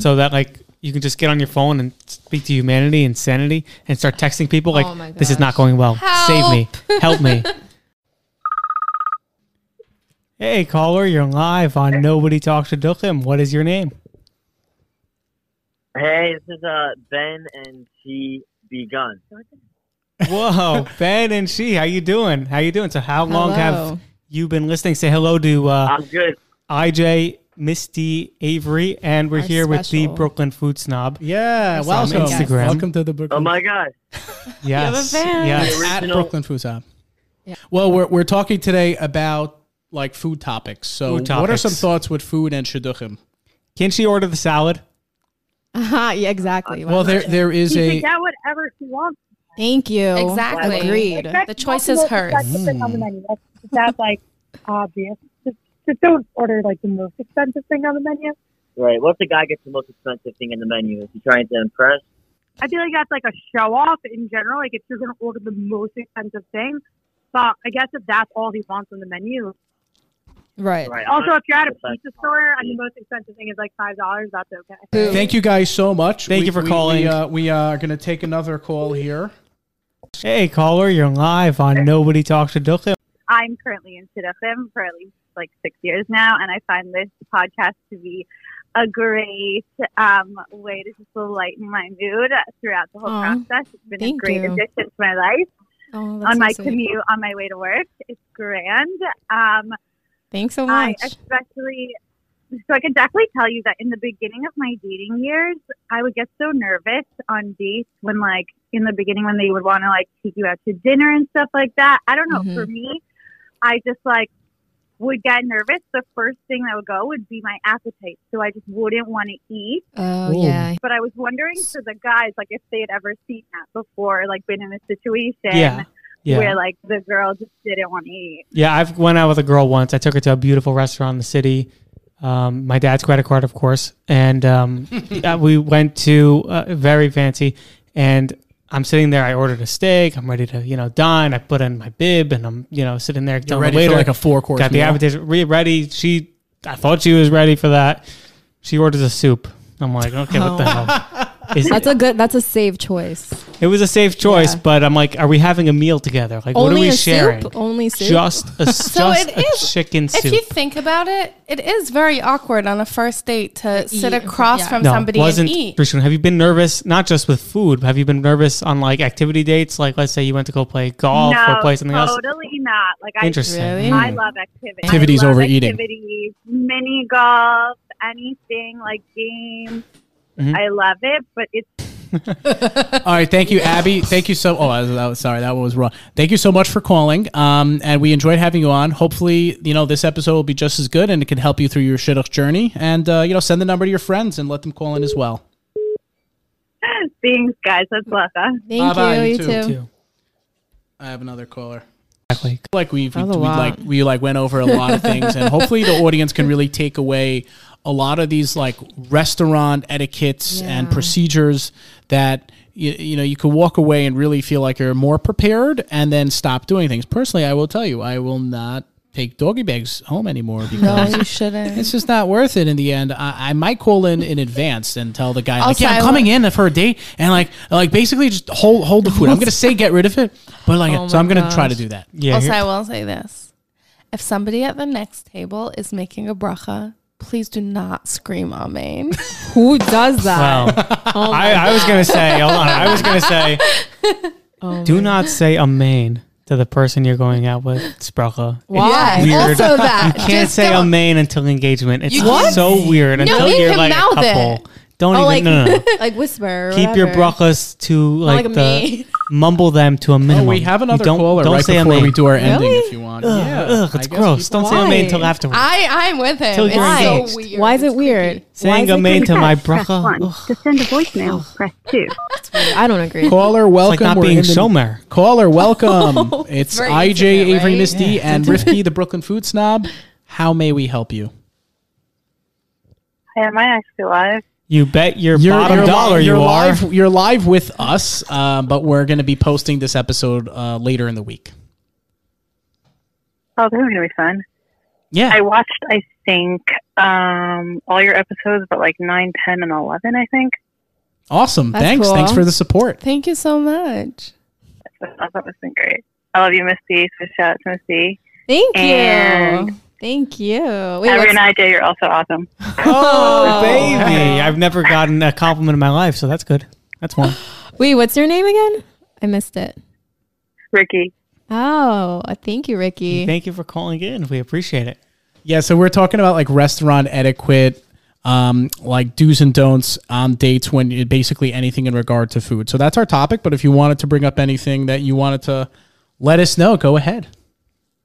[SPEAKER 5] so that like you can just get on your phone and speak to humanity and sanity and start texting people like
[SPEAKER 4] Oh my
[SPEAKER 5] this is not
[SPEAKER 4] gosh.
[SPEAKER 5] going well. Save me, help me. Hey caller, you're live on Nobody Talks to Duchim. What is your name?
[SPEAKER 7] Hey, this is uh Ben and she begun.
[SPEAKER 5] Whoa, Ben and she, how you doing? How you doing? So how long have
[SPEAKER 4] Hello.
[SPEAKER 5] you been listening? Say hello to uh,
[SPEAKER 7] I'm good.
[SPEAKER 5] IJ, Misty, Avery, and we're
[SPEAKER 4] Our
[SPEAKER 5] here with the
[SPEAKER 4] special.
[SPEAKER 5] Brooklyn Food Snob.
[SPEAKER 1] yeah,
[SPEAKER 5] It's on
[SPEAKER 1] welcome.
[SPEAKER 5] Instagram.
[SPEAKER 1] Welcome to the
[SPEAKER 7] Oh
[SPEAKER 1] Brooklyn.
[SPEAKER 7] my gosh.
[SPEAKER 5] Yes,
[SPEAKER 3] fan.
[SPEAKER 5] yes.
[SPEAKER 1] at
[SPEAKER 7] original-
[SPEAKER 1] Brooklyn Food Hub. Well, we're we're talking today about like food topics. So,
[SPEAKER 5] Food
[SPEAKER 1] what are
[SPEAKER 5] topics.
[SPEAKER 1] some thoughts with food and shidduchim?
[SPEAKER 5] Can she order the salad?
[SPEAKER 4] Uh-huh, yeah, exactly.
[SPEAKER 1] Well, there there is
[SPEAKER 8] She
[SPEAKER 1] a
[SPEAKER 8] can get whatever she wants.
[SPEAKER 4] Thank you.
[SPEAKER 3] Exactly.
[SPEAKER 4] Agreed.
[SPEAKER 8] That's-
[SPEAKER 3] The choice
[SPEAKER 8] that's
[SPEAKER 3] is
[SPEAKER 8] what-
[SPEAKER 3] hers.
[SPEAKER 8] That's what's on the menu. That's, that's like obvious. Just, just don't order like the most expensive thing on the menu.
[SPEAKER 7] Right. What if the guy gets the most expensive thing in the menu? Is he trying to impress?
[SPEAKER 8] I feel like that's like a show off in general. Like if you're gonna order the most expensive thing, but I guess if that's all he wants on the menu.
[SPEAKER 4] Right.
[SPEAKER 7] Right.
[SPEAKER 8] Also, if you're at a
[SPEAKER 7] Expensive.
[SPEAKER 8] pizza store and the most expensive thing is like five dollars, that's okay.
[SPEAKER 1] Thank you guys so much.
[SPEAKER 5] Thank you for
[SPEAKER 1] We,
[SPEAKER 5] calling.
[SPEAKER 1] uh, we are going to take another call here.
[SPEAKER 5] Hey, caller, you're live on Nobody Talks to Dukhim.
[SPEAKER 8] I'm currently in Sidachim for at least like six years now, and I find this podcast to be a great um, way to just lighten my mood throughout the whole
[SPEAKER 4] Aw,
[SPEAKER 8] process. It's been a
[SPEAKER 4] thank
[SPEAKER 8] great
[SPEAKER 4] you.
[SPEAKER 8] addition to my life
[SPEAKER 4] Oh, that's
[SPEAKER 8] on
[SPEAKER 4] so
[SPEAKER 8] my
[SPEAKER 4] sweet.
[SPEAKER 8] commute, on my way to work. It's grand. Um,
[SPEAKER 4] Thanks so
[SPEAKER 8] I
[SPEAKER 4] much.
[SPEAKER 8] especially, so I can definitely tell you that in the beginning of my dating years, I would get so nervous on dates when, like, in the beginning when they would want to like take you out to dinner and stuff like that. I don't know.
[SPEAKER 4] Mhm.
[SPEAKER 8] For me, I just like would get nervous. The first thing that would go would be my appetite, so I just wouldn't want to eat.
[SPEAKER 4] oh
[SPEAKER 5] Ooh.
[SPEAKER 4] yeah.
[SPEAKER 8] But I was wondering for the guys, like, if they had ever seen that before, like, been in a situation
[SPEAKER 5] Yeah. Yeah.
[SPEAKER 8] where like the girl just didn't want to eat.
[SPEAKER 5] Yeah, I've went out with a girl once. I took her to a beautiful restaurant in the city. Um, my dad's credit card, of course, and um, uh, we went to uh, very fancy. And I'm sitting there. I ordered a steak. I'm ready to, you know, dine. I put in my bib, and I'm, you know, sitting there.
[SPEAKER 1] You're
[SPEAKER 5] telling
[SPEAKER 1] ready
[SPEAKER 5] the waiter,
[SPEAKER 1] for like a four course
[SPEAKER 5] got the
[SPEAKER 1] meal.
[SPEAKER 5] appetizer re- ready. She, I thought she was ready for that. She orders a soup. I'm like, okay, what the hell? Is
[SPEAKER 4] That's a good. That's a safe choice.
[SPEAKER 5] it was a safe choice,
[SPEAKER 4] Yeah.
[SPEAKER 5] but I'm like, are we having a meal together? Like, what are
[SPEAKER 4] Only
[SPEAKER 5] we
[SPEAKER 4] a
[SPEAKER 5] sharing?
[SPEAKER 4] soup. Only soup.
[SPEAKER 5] Just a just
[SPEAKER 3] it
[SPEAKER 5] a
[SPEAKER 3] is-
[SPEAKER 5] chicken soup.
[SPEAKER 3] If you think about it, it is very awkward on a first date to sit
[SPEAKER 4] eat,
[SPEAKER 3] across
[SPEAKER 4] yeah.
[SPEAKER 3] from somebody
[SPEAKER 5] wasn't
[SPEAKER 3] and eat.
[SPEAKER 5] Christian. Have you been nervous? Not just with food. But have you been nervous on like activity dates? Like let's say you went to go play golf or play something else.
[SPEAKER 8] totally not. Like, I
[SPEAKER 5] Interesting.
[SPEAKER 3] Really?
[SPEAKER 5] Mm.
[SPEAKER 8] I love activities.
[SPEAKER 1] Activities
[SPEAKER 8] I love
[SPEAKER 1] over eating.
[SPEAKER 8] Activities, mini golf, anything like games.
[SPEAKER 5] Mhm.
[SPEAKER 8] I love it, but it's
[SPEAKER 1] All right, thank you, Abby. Thank you so. Oh, I was, that was- sorry, that one was wrong. Thank you so much for calling. Um, and we enjoyed having you on. Hopefully, you know this episode will be just as good, and it can help you through your shidduch journey. And uh, you know, send the number to your friends and let them call in as well.
[SPEAKER 8] things, guys. Let's love us.
[SPEAKER 4] Thank
[SPEAKER 1] Bye-bye,
[SPEAKER 4] you.
[SPEAKER 1] you
[SPEAKER 4] You
[SPEAKER 1] too.
[SPEAKER 4] too.
[SPEAKER 5] Too.
[SPEAKER 1] I have another caller.
[SPEAKER 5] Exactly.
[SPEAKER 1] like we we,
[SPEAKER 4] That was
[SPEAKER 1] we
[SPEAKER 4] a lot.
[SPEAKER 1] like we like went over a lot of things and hopefully the audience can really take away a lot of these like restaurant etiquettes and
[SPEAKER 4] Yeah.
[SPEAKER 1] procedures that you, you know you could walk away and really feel like you're more prepared and then stop doing things personally i will tell you i will not take doggy bags home anymore
[SPEAKER 3] No,
[SPEAKER 1] because
[SPEAKER 3] you shouldn't.
[SPEAKER 1] It's just not worth it in the end. I, I might call in in advance and tell the guy like,
[SPEAKER 3] Also,
[SPEAKER 1] "Yeah,
[SPEAKER 3] I
[SPEAKER 1] I'm
[SPEAKER 3] wa-
[SPEAKER 1] coming in for a date," and like, like basically just hold hold the food. I'm gonna say get rid of it, but like,
[SPEAKER 4] Oh
[SPEAKER 1] so
[SPEAKER 4] my
[SPEAKER 1] I'm gonna try
[SPEAKER 4] gosh.
[SPEAKER 1] to do that.
[SPEAKER 5] Yeah.
[SPEAKER 3] Also,
[SPEAKER 5] here-
[SPEAKER 3] I will say this: if somebody at the next table is making a bracha, please do not scream "Amen."
[SPEAKER 4] Who does that?
[SPEAKER 5] Wow.
[SPEAKER 3] Oh
[SPEAKER 5] I, I was gonna say. Hold on. I was gonna say.
[SPEAKER 4] Oh
[SPEAKER 5] do not say amen to the person you're going out with. It's bracha. It's
[SPEAKER 4] Why?
[SPEAKER 5] weird.
[SPEAKER 4] Also that.
[SPEAKER 5] You can't
[SPEAKER 3] Just
[SPEAKER 5] say
[SPEAKER 3] don't-
[SPEAKER 5] amen until engagement. It's
[SPEAKER 3] You What?
[SPEAKER 5] so weird until
[SPEAKER 3] you
[SPEAKER 5] you're
[SPEAKER 3] can
[SPEAKER 5] like a
[SPEAKER 3] mouth it.
[SPEAKER 5] couple. Don't even.
[SPEAKER 4] Oh, like
[SPEAKER 5] no, no, no.
[SPEAKER 4] like whisper. or
[SPEAKER 5] Keep your
[SPEAKER 4] whatever.
[SPEAKER 5] brachas to like,
[SPEAKER 4] like
[SPEAKER 5] the
[SPEAKER 4] me.
[SPEAKER 5] mumble them to a minimum.
[SPEAKER 1] Oh, we have
[SPEAKER 5] You
[SPEAKER 1] another
[SPEAKER 5] don't,
[SPEAKER 1] caller
[SPEAKER 5] don't
[SPEAKER 1] right
[SPEAKER 5] say
[SPEAKER 1] before
[SPEAKER 5] amen.
[SPEAKER 1] we do our ending,
[SPEAKER 4] Really?
[SPEAKER 1] if you want. yeah,
[SPEAKER 5] Ugh,
[SPEAKER 1] I guess
[SPEAKER 5] it's gross.
[SPEAKER 1] people-
[SPEAKER 5] Don't say amen
[SPEAKER 4] Why?
[SPEAKER 5] until afterwards.
[SPEAKER 3] I, I'm with him.
[SPEAKER 5] Till
[SPEAKER 3] It's
[SPEAKER 5] you're
[SPEAKER 4] Why?
[SPEAKER 5] engaged.
[SPEAKER 3] so weird.
[SPEAKER 4] Why is it
[SPEAKER 3] It's
[SPEAKER 4] weird?
[SPEAKER 5] Saying
[SPEAKER 4] Why is it
[SPEAKER 5] amen to
[SPEAKER 4] creepy?
[SPEAKER 5] my
[SPEAKER 8] Press one
[SPEAKER 5] bracha.
[SPEAKER 8] to send a voicemail. Press two.
[SPEAKER 4] I don't agree.
[SPEAKER 1] Caller, welcome.
[SPEAKER 5] It's like not
[SPEAKER 1] We're
[SPEAKER 5] being
[SPEAKER 1] in the-
[SPEAKER 5] shomer.
[SPEAKER 1] Caller, welcome. it's
[SPEAKER 3] very
[SPEAKER 1] IJ
[SPEAKER 3] intimate,
[SPEAKER 1] Avery
[SPEAKER 3] right?
[SPEAKER 1] Misty and Rifki, the Brooklyn Food Snob. How may we help you?
[SPEAKER 8] Am I actually live?
[SPEAKER 5] You bet your bottom
[SPEAKER 1] li-
[SPEAKER 5] dollar
[SPEAKER 1] you're
[SPEAKER 5] you are.
[SPEAKER 1] live, You're live with us, uh, but we're going to be posting this episode uh, later in the week.
[SPEAKER 8] Oh, this is gonna be fun.
[SPEAKER 1] Yeah,
[SPEAKER 9] I watched, I think, um, all your episodes, but like 9, 10, and 11, I think.
[SPEAKER 1] awesome.
[SPEAKER 4] That's
[SPEAKER 1] Thanks.
[SPEAKER 4] cool.
[SPEAKER 1] Thanks for the support.
[SPEAKER 3] Thank you so much.
[SPEAKER 9] So I thought this been great. I love you, Misty. So shout out to Misty.
[SPEAKER 4] Thank you.
[SPEAKER 9] And-
[SPEAKER 4] Thank you. Wait,
[SPEAKER 9] Every
[SPEAKER 4] what's-
[SPEAKER 9] night, Jay, you're also awesome.
[SPEAKER 5] Oh, baby. I've never gotten a compliment in my life, so that's good. That's one.
[SPEAKER 4] wait, what's your name again? I missed it.
[SPEAKER 9] Ricky.
[SPEAKER 4] Oh, uh, thank you, Ricky.
[SPEAKER 5] Thank you for calling in. We appreciate it.
[SPEAKER 1] Yeah, so we're talking about like restaurant etiquette, um, like do's and don'ts on dates when it- basically anything in regard to food. So that's our topic. But if you wanted to bring up anything that you wanted to let us know, go ahead.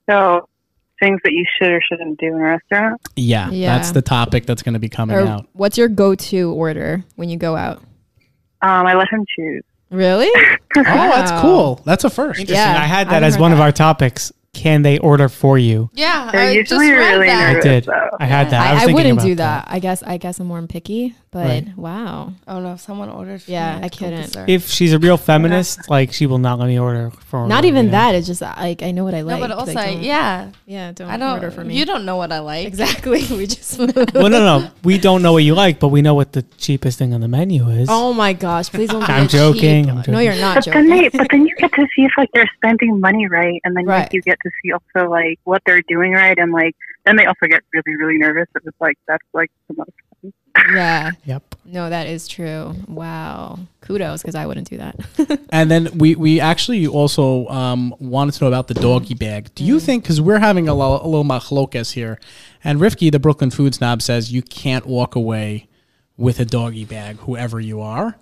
[SPEAKER 9] So things that you should or shouldn't do in a restaurant.
[SPEAKER 1] Yeah,
[SPEAKER 4] Yeah.
[SPEAKER 1] that's the topic that's going to be coming
[SPEAKER 4] Or
[SPEAKER 1] out.
[SPEAKER 4] what's your go-to order when you go out?
[SPEAKER 9] Um, I let him choose.
[SPEAKER 4] Really?
[SPEAKER 1] Oh, that's cool. That's a first.
[SPEAKER 5] Interesting.
[SPEAKER 4] Yeah,
[SPEAKER 5] I had
[SPEAKER 4] I
[SPEAKER 5] that as
[SPEAKER 4] remember
[SPEAKER 5] one of
[SPEAKER 4] that.
[SPEAKER 5] our topics. Can they order for you?
[SPEAKER 3] Yeah,
[SPEAKER 9] They're
[SPEAKER 3] I just
[SPEAKER 9] usually
[SPEAKER 3] read
[SPEAKER 9] really
[SPEAKER 3] that.
[SPEAKER 5] I
[SPEAKER 9] nervous.
[SPEAKER 5] did.
[SPEAKER 9] though.
[SPEAKER 5] I had that. I, was
[SPEAKER 4] I, I
[SPEAKER 5] thinking
[SPEAKER 4] wouldn't
[SPEAKER 5] about
[SPEAKER 4] do that. I guess I guess I'm more picky, but
[SPEAKER 5] Right.
[SPEAKER 4] wow.
[SPEAKER 3] Oh no, if someone orders. for
[SPEAKER 4] Yeah,
[SPEAKER 3] me,
[SPEAKER 4] I
[SPEAKER 3] I'd go
[SPEAKER 4] couldn't.
[SPEAKER 3] berserk.
[SPEAKER 5] If she's a real feminist, like she will not let me order for her,
[SPEAKER 4] Not even
[SPEAKER 5] you know?
[SPEAKER 4] that. It's just like I know what I
[SPEAKER 3] No,
[SPEAKER 4] like.
[SPEAKER 3] but also,
[SPEAKER 4] like, don't-
[SPEAKER 3] yeah,
[SPEAKER 4] yeah, don't,
[SPEAKER 3] I don't.
[SPEAKER 4] order for me.
[SPEAKER 3] You don't know what I like.
[SPEAKER 4] exactly. We just.
[SPEAKER 5] Well, no, no. We don't know what you like, but we know what the cheapest thing on the menu is.
[SPEAKER 4] Oh my gosh! Please don't. Be
[SPEAKER 5] I'm
[SPEAKER 4] a
[SPEAKER 5] joking,
[SPEAKER 4] cheap-
[SPEAKER 5] I'm
[SPEAKER 4] No,
[SPEAKER 5] joking.
[SPEAKER 4] you're not
[SPEAKER 9] But then
[SPEAKER 4] joking.
[SPEAKER 9] they, but then you get to see if like they're spending money right, and then
[SPEAKER 4] Right.
[SPEAKER 9] like, you get to see also like what they're doing right, and like then they also get really really nervous. It was like that's like the most.
[SPEAKER 4] yeah.
[SPEAKER 5] Yep.
[SPEAKER 4] No, that is true. Wow. Kudos, because I wouldn't do that.
[SPEAKER 1] And then we, we actually also um, wanted to know about the doggy bag. Do
[SPEAKER 4] Mm.
[SPEAKER 1] you think, because we're having a, lo- a little machlokas here, and Rifki, the Brooklyn food snob, says you can't walk away with a doggy bag, whoever you are.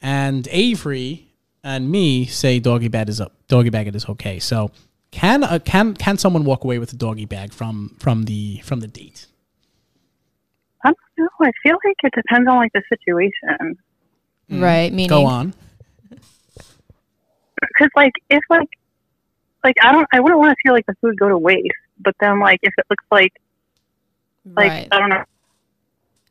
[SPEAKER 1] And Avery and me say doggy bag is up. Doggy bag it is okay. So can uh, can can someone walk away with a doggy bag from from the from the date?
[SPEAKER 9] I don't know. I feel like it depends on like the situation.
[SPEAKER 5] Mm.
[SPEAKER 4] right. Meaning.
[SPEAKER 1] Go on.
[SPEAKER 9] because like if like like I don't I wouldn't want to feel like the food go to waste. But then like if it looks like like
[SPEAKER 4] Right.
[SPEAKER 9] I don't know,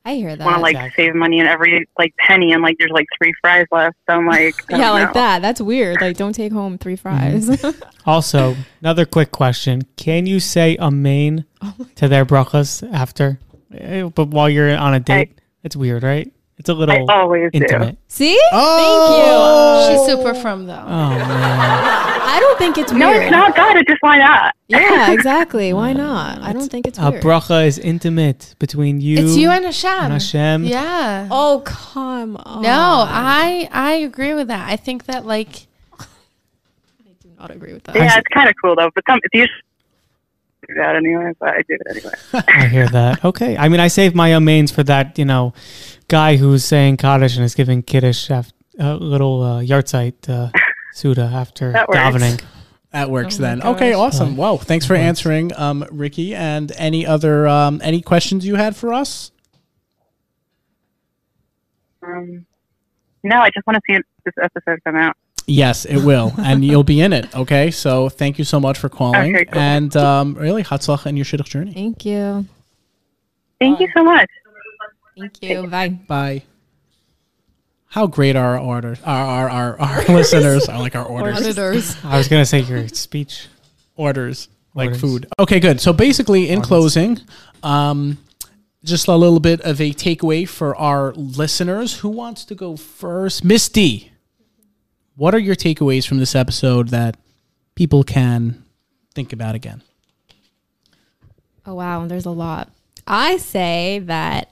[SPEAKER 4] I hear
[SPEAKER 9] want
[SPEAKER 4] that.
[SPEAKER 9] to like
[SPEAKER 5] Exactly.
[SPEAKER 9] save money in every like penny, and like there's like three fries left. So I'm like I
[SPEAKER 4] yeah,
[SPEAKER 9] don't
[SPEAKER 4] like
[SPEAKER 9] know.
[SPEAKER 4] that. That's weird. Like, don't take home three fries.
[SPEAKER 9] Mm-hmm.
[SPEAKER 5] Also, another quick question: Can you say a main to their brachas after? Eh, But while you're on a date, it's weird, right? It's a
[SPEAKER 9] I
[SPEAKER 5] little
[SPEAKER 9] always do.
[SPEAKER 5] intimate.
[SPEAKER 4] See?
[SPEAKER 3] She's super firm though.
[SPEAKER 5] Oh man,
[SPEAKER 4] Thank you. I don't think it's weird.
[SPEAKER 9] No, Oh, it's not that. It's just why not?
[SPEAKER 4] Yeah, exactly. Why not? I don't think it's
[SPEAKER 5] a
[SPEAKER 4] weird.
[SPEAKER 5] bracha is intimate between you,
[SPEAKER 3] It's you and Hashem.
[SPEAKER 5] and Hashem.
[SPEAKER 3] Yeah.
[SPEAKER 4] oh, come on.
[SPEAKER 3] No, I I agree with that. I think that like
[SPEAKER 4] do not agree with that.
[SPEAKER 9] Yeah, it's kind of cool though. But some you do that anyway. But I do it anyway.
[SPEAKER 5] I hear that. Okay. I mean, I save my mains for that, you know, guy who's saying Kaddish and is giving Kiddish a uh, little uh, yartzeit uh, Suda after
[SPEAKER 9] That works.
[SPEAKER 5] davening.
[SPEAKER 1] That works
[SPEAKER 4] Oh my
[SPEAKER 1] then. Okay,
[SPEAKER 4] gosh.
[SPEAKER 1] awesome. Wow, thanks for answering, um, Ricky. And any other um, any questions you had for us?
[SPEAKER 9] Um, no, I just want to see this episode come out.
[SPEAKER 1] Yes, it will, and you'll be in it. Okay, so thank you so much for calling,
[SPEAKER 9] Okay, cool.
[SPEAKER 1] and um, really, hatzlach in your shidduch journey.
[SPEAKER 4] Thank you.
[SPEAKER 9] Thank you so much.
[SPEAKER 4] Thank you. Bye.
[SPEAKER 1] Bye. How great are our order, our our our, our listeners are like our orders,
[SPEAKER 5] I was going to say your speech.
[SPEAKER 1] orders like
[SPEAKER 5] Orders.
[SPEAKER 1] food. Okay, good. So basically, in closing, um, just a little bit of a takeaway for our listeners. Who wants to go first? Miss D, what are your takeaways from this episode that people can think about again?
[SPEAKER 4] Oh wow, there's a lot. I say that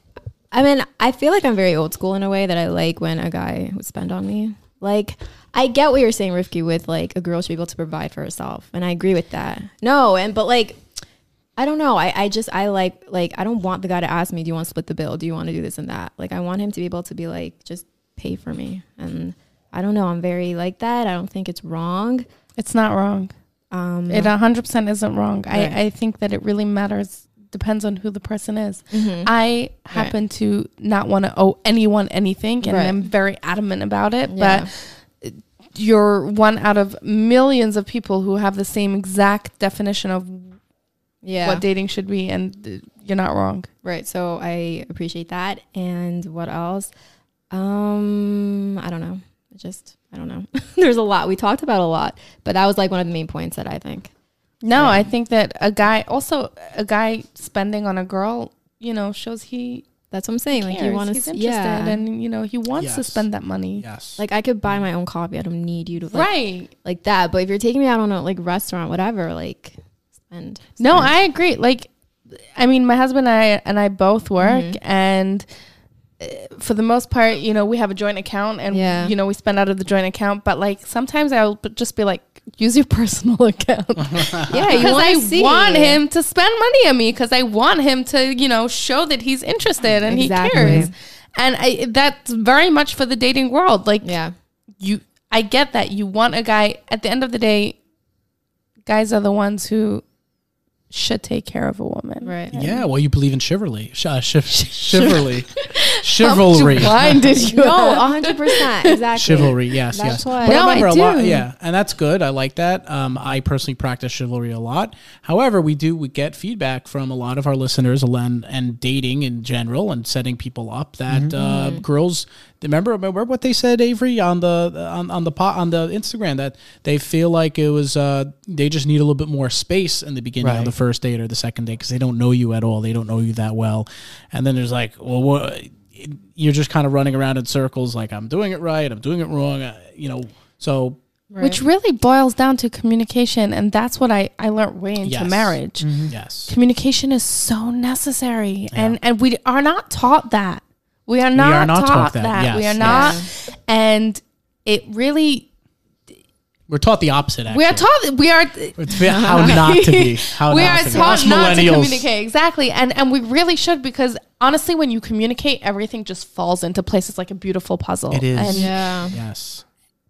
[SPEAKER 4] I mean, I feel like I'm very old school in a way that I like when a guy would spend on me. Like I get what you're saying, Rifki, with like a girl should be able to provide for herself. And I agree with that. No, and but like I don't know. I, I just I like like I don't want the guy to ask me, Do you want to split the bill? Do you want to do this and that? Like I want him to be able to be like, just pay for me. And I don't know, I'm very like that. I don't think it's wrong.
[SPEAKER 3] It's not wrong.
[SPEAKER 4] Um
[SPEAKER 3] It 100% isn't wrong.
[SPEAKER 4] Right.
[SPEAKER 3] I, I think that it really matters, depends on who the person is.
[SPEAKER 4] Mm-hmm.
[SPEAKER 3] I happen to not want to owe anyone anything, and
[SPEAKER 4] Right.
[SPEAKER 3] I'm very adamant about it.
[SPEAKER 4] Yeah.
[SPEAKER 3] But you're one out of millions of people who have the same exact definition of
[SPEAKER 4] yeah.
[SPEAKER 3] what dating should be, and uh, you're not wrong.
[SPEAKER 4] Right. So I appreciate that. And what else? Um, I don't know. I just I don't know. There's a lot. We talked about a lot, but that was like one of the main points that I think.
[SPEAKER 3] No, I think that a guy, also a guy spending on a girl, you know, shows he
[SPEAKER 4] That's what I'm saying. Like
[SPEAKER 3] cares.
[SPEAKER 4] you want to
[SPEAKER 3] he's interested,
[SPEAKER 4] yeah.
[SPEAKER 3] and you know, he wants to
[SPEAKER 1] Yes.
[SPEAKER 3] spend that money.
[SPEAKER 1] Yes.
[SPEAKER 4] like I could buy my own coffee. I don't need you to like,
[SPEAKER 3] Right.
[SPEAKER 4] like that. But if you're taking me out on a like restaurant, whatever, like spend.
[SPEAKER 3] No, I agree. Like, I mean, my husband and I and I both work,
[SPEAKER 4] Mm-hmm.
[SPEAKER 3] and uh, for the most part, you know, we have a joint account, and
[SPEAKER 4] Yeah.
[SPEAKER 3] you know, we spend out of the joint account. But like, sometimes I'll b- just be like, use your personal account
[SPEAKER 4] Yeah, you
[SPEAKER 3] because
[SPEAKER 4] want
[SPEAKER 3] I
[SPEAKER 4] to see.
[SPEAKER 3] want him to spend money on me because I want him to, you know, show that he's interested and
[SPEAKER 4] Exactly.
[SPEAKER 3] he cares. And I, that's very much for the dating world. Like,
[SPEAKER 4] Yeah.
[SPEAKER 3] you I get that you want a guy at the end of the day guys are the ones who should take care of a woman.
[SPEAKER 4] Right.
[SPEAKER 1] Yeah, well, you believe in chivalry. Sh- uh, chiv- chivalry. chivalry.
[SPEAKER 3] Blind did you?
[SPEAKER 4] No, uh, 100%. Exactly.
[SPEAKER 1] Chivalry, yes,
[SPEAKER 4] That's
[SPEAKER 1] yes.
[SPEAKER 4] why-
[SPEAKER 1] But
[SPEAKER 4] No,
[SPEAKER 1] I
[SPEAKER 4] I
[SPEAKER 1] remember a lot,
[SPEAKER 3] do.
[SPEAKER 1] yeah, and that's good. I like that. Um, I personally practice chivalry a lot. However, we do we get feedback from a lot of our listeners and and dating in general and setting people up that uh, girls remember remember what they said Avery on the on on the pot on the Instagram that they feel like it was uh, they just need a little bit more space in the beginning on
[SPEAKER 5] Right.
[SPEAKER 1] the first date or the second date because they don't know you at all. They don't know you that well, and then there's like well what you're just kind of running around in circles like i'm doing it right i'm doing it wrong uh, you know so
[SPEAKER 3] Which really boils down to communication. And that's what I, I learned way into
[SPEAKER 1] Yes.
[SPEAKER 3] marriage.
[SPEAKER 1] yes
[SPEAKER 3] Communication is so necessary. And, and we are not taught that. We are not,
[SPEAKER 1] are not
[SPEAKER 3] taught, that. We
[SPEAKER 1] yes,
[SPEAKER 3] are not. And it really,
[SPEAKER 1] we're taught the opposite actually.
[SPEAKER 3] we are taught, we are,
[SPEAKER 1] We're taught how not to be how
[SPEAKER 3] we
[SPEAKER 1] not
[SPEAKER 3] are
[SPEAKER 1] to be.
[SPEAKER 3] taught
[SPEAKER 1] Us
[SPEAKER 3] not to
[SPEAKER 1] millennials.
[SPEAKER 3] communicate exactly and and we really should because honestly when you communicate everything just falls into place it's like a beautiful puzzle
[SPEAKER 5] It is.
[SPEAKER 3] and
[SPEAKER 4] Yeah.
[SPEAKER 1] yes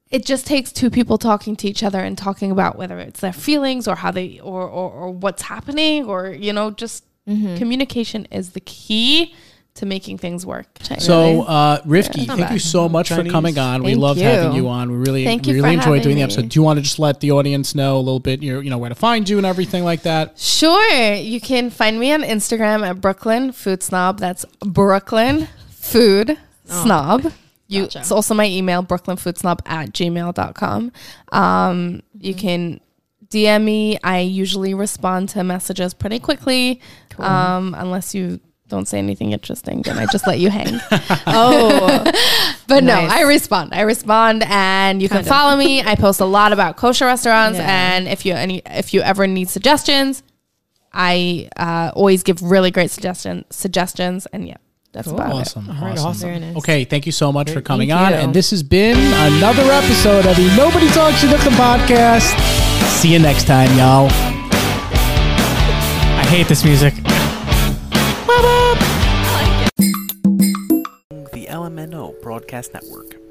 [SPEAKER 3] it just takes two people talking to each other and talking about whether it's their feelings or how they or or, or what's happening or you know just communication is the key to making things work
[SPEAKER 1] so uh rifki thank
[SPEAKER 4] bad.
[SPEAKER 1] you so much for
[SPEAKER 5] Chinese.
[SPEAKER 1] coming on we
[SPEAKER 4] Thank
[SPEAKER 1] loved
[SPEAKER 4] you.
[SPEAKER 1] having you on we really
[SPEAKER 3] Thank
[SPEAKER 1] we
[SPEAKER 3] you
[SPEAKER 1] really
[SPEAKER 3] for
[SPEAKER 1] enjoyed doing the
[SPEAKER 3] having me.
[SPEAKER 1] episode do you want to just let the audience know a little bit your you know where to find you and everything like that
[SPEAKER 3] Sure. You can find me on Instagram at Brooklyn Food Snob. That's Brooklyn Food Snob. You,
[SPEAKER 4] Gotcha.
[SPEAKER 3] It's also my email, brooklynfoodsnob at gmail.com. Um, You can DM me. I usually respond to messages pretty quickly, um, unless you don't say anything interesting, then I just let you hang.
[SPEAKER 4] Oh,
[SPEAKER 3] But
[SPEAKER 4] Nice.
[SPEAKER 3] no, I respond. I respond, and you can
[SPEAKER 4] Kind of.
[SPEAKER 3] follow me. I post a lot about kosher restaurants,
[SPEAKER 4] Yeah.
[SPEAKER 3] and if you any if you ever need suggestions, I uh, always give really great suggestion suggestions. And yeah, that's about it.
[SPEAKER 1] awesome
[SPEAKER 5] All right,
[SPEAKER 1] awesome
[SPEAKER 5] awesome.
[SPEAKER 4] very nice.
[SPEAKER 1] Okay, thank you so much for coming
[SPEAKER 4] Thank
[SPEAKER 1] on.
[SPEAKER 4] you.
[SPEAKER 1] And this has been another episode of the Nobody Talks Shidduchim podcast. See you next time, y'all.
[SPEAKER 5] I hate this music.
[SPEAKER 10] The LMNO Broadcast Network.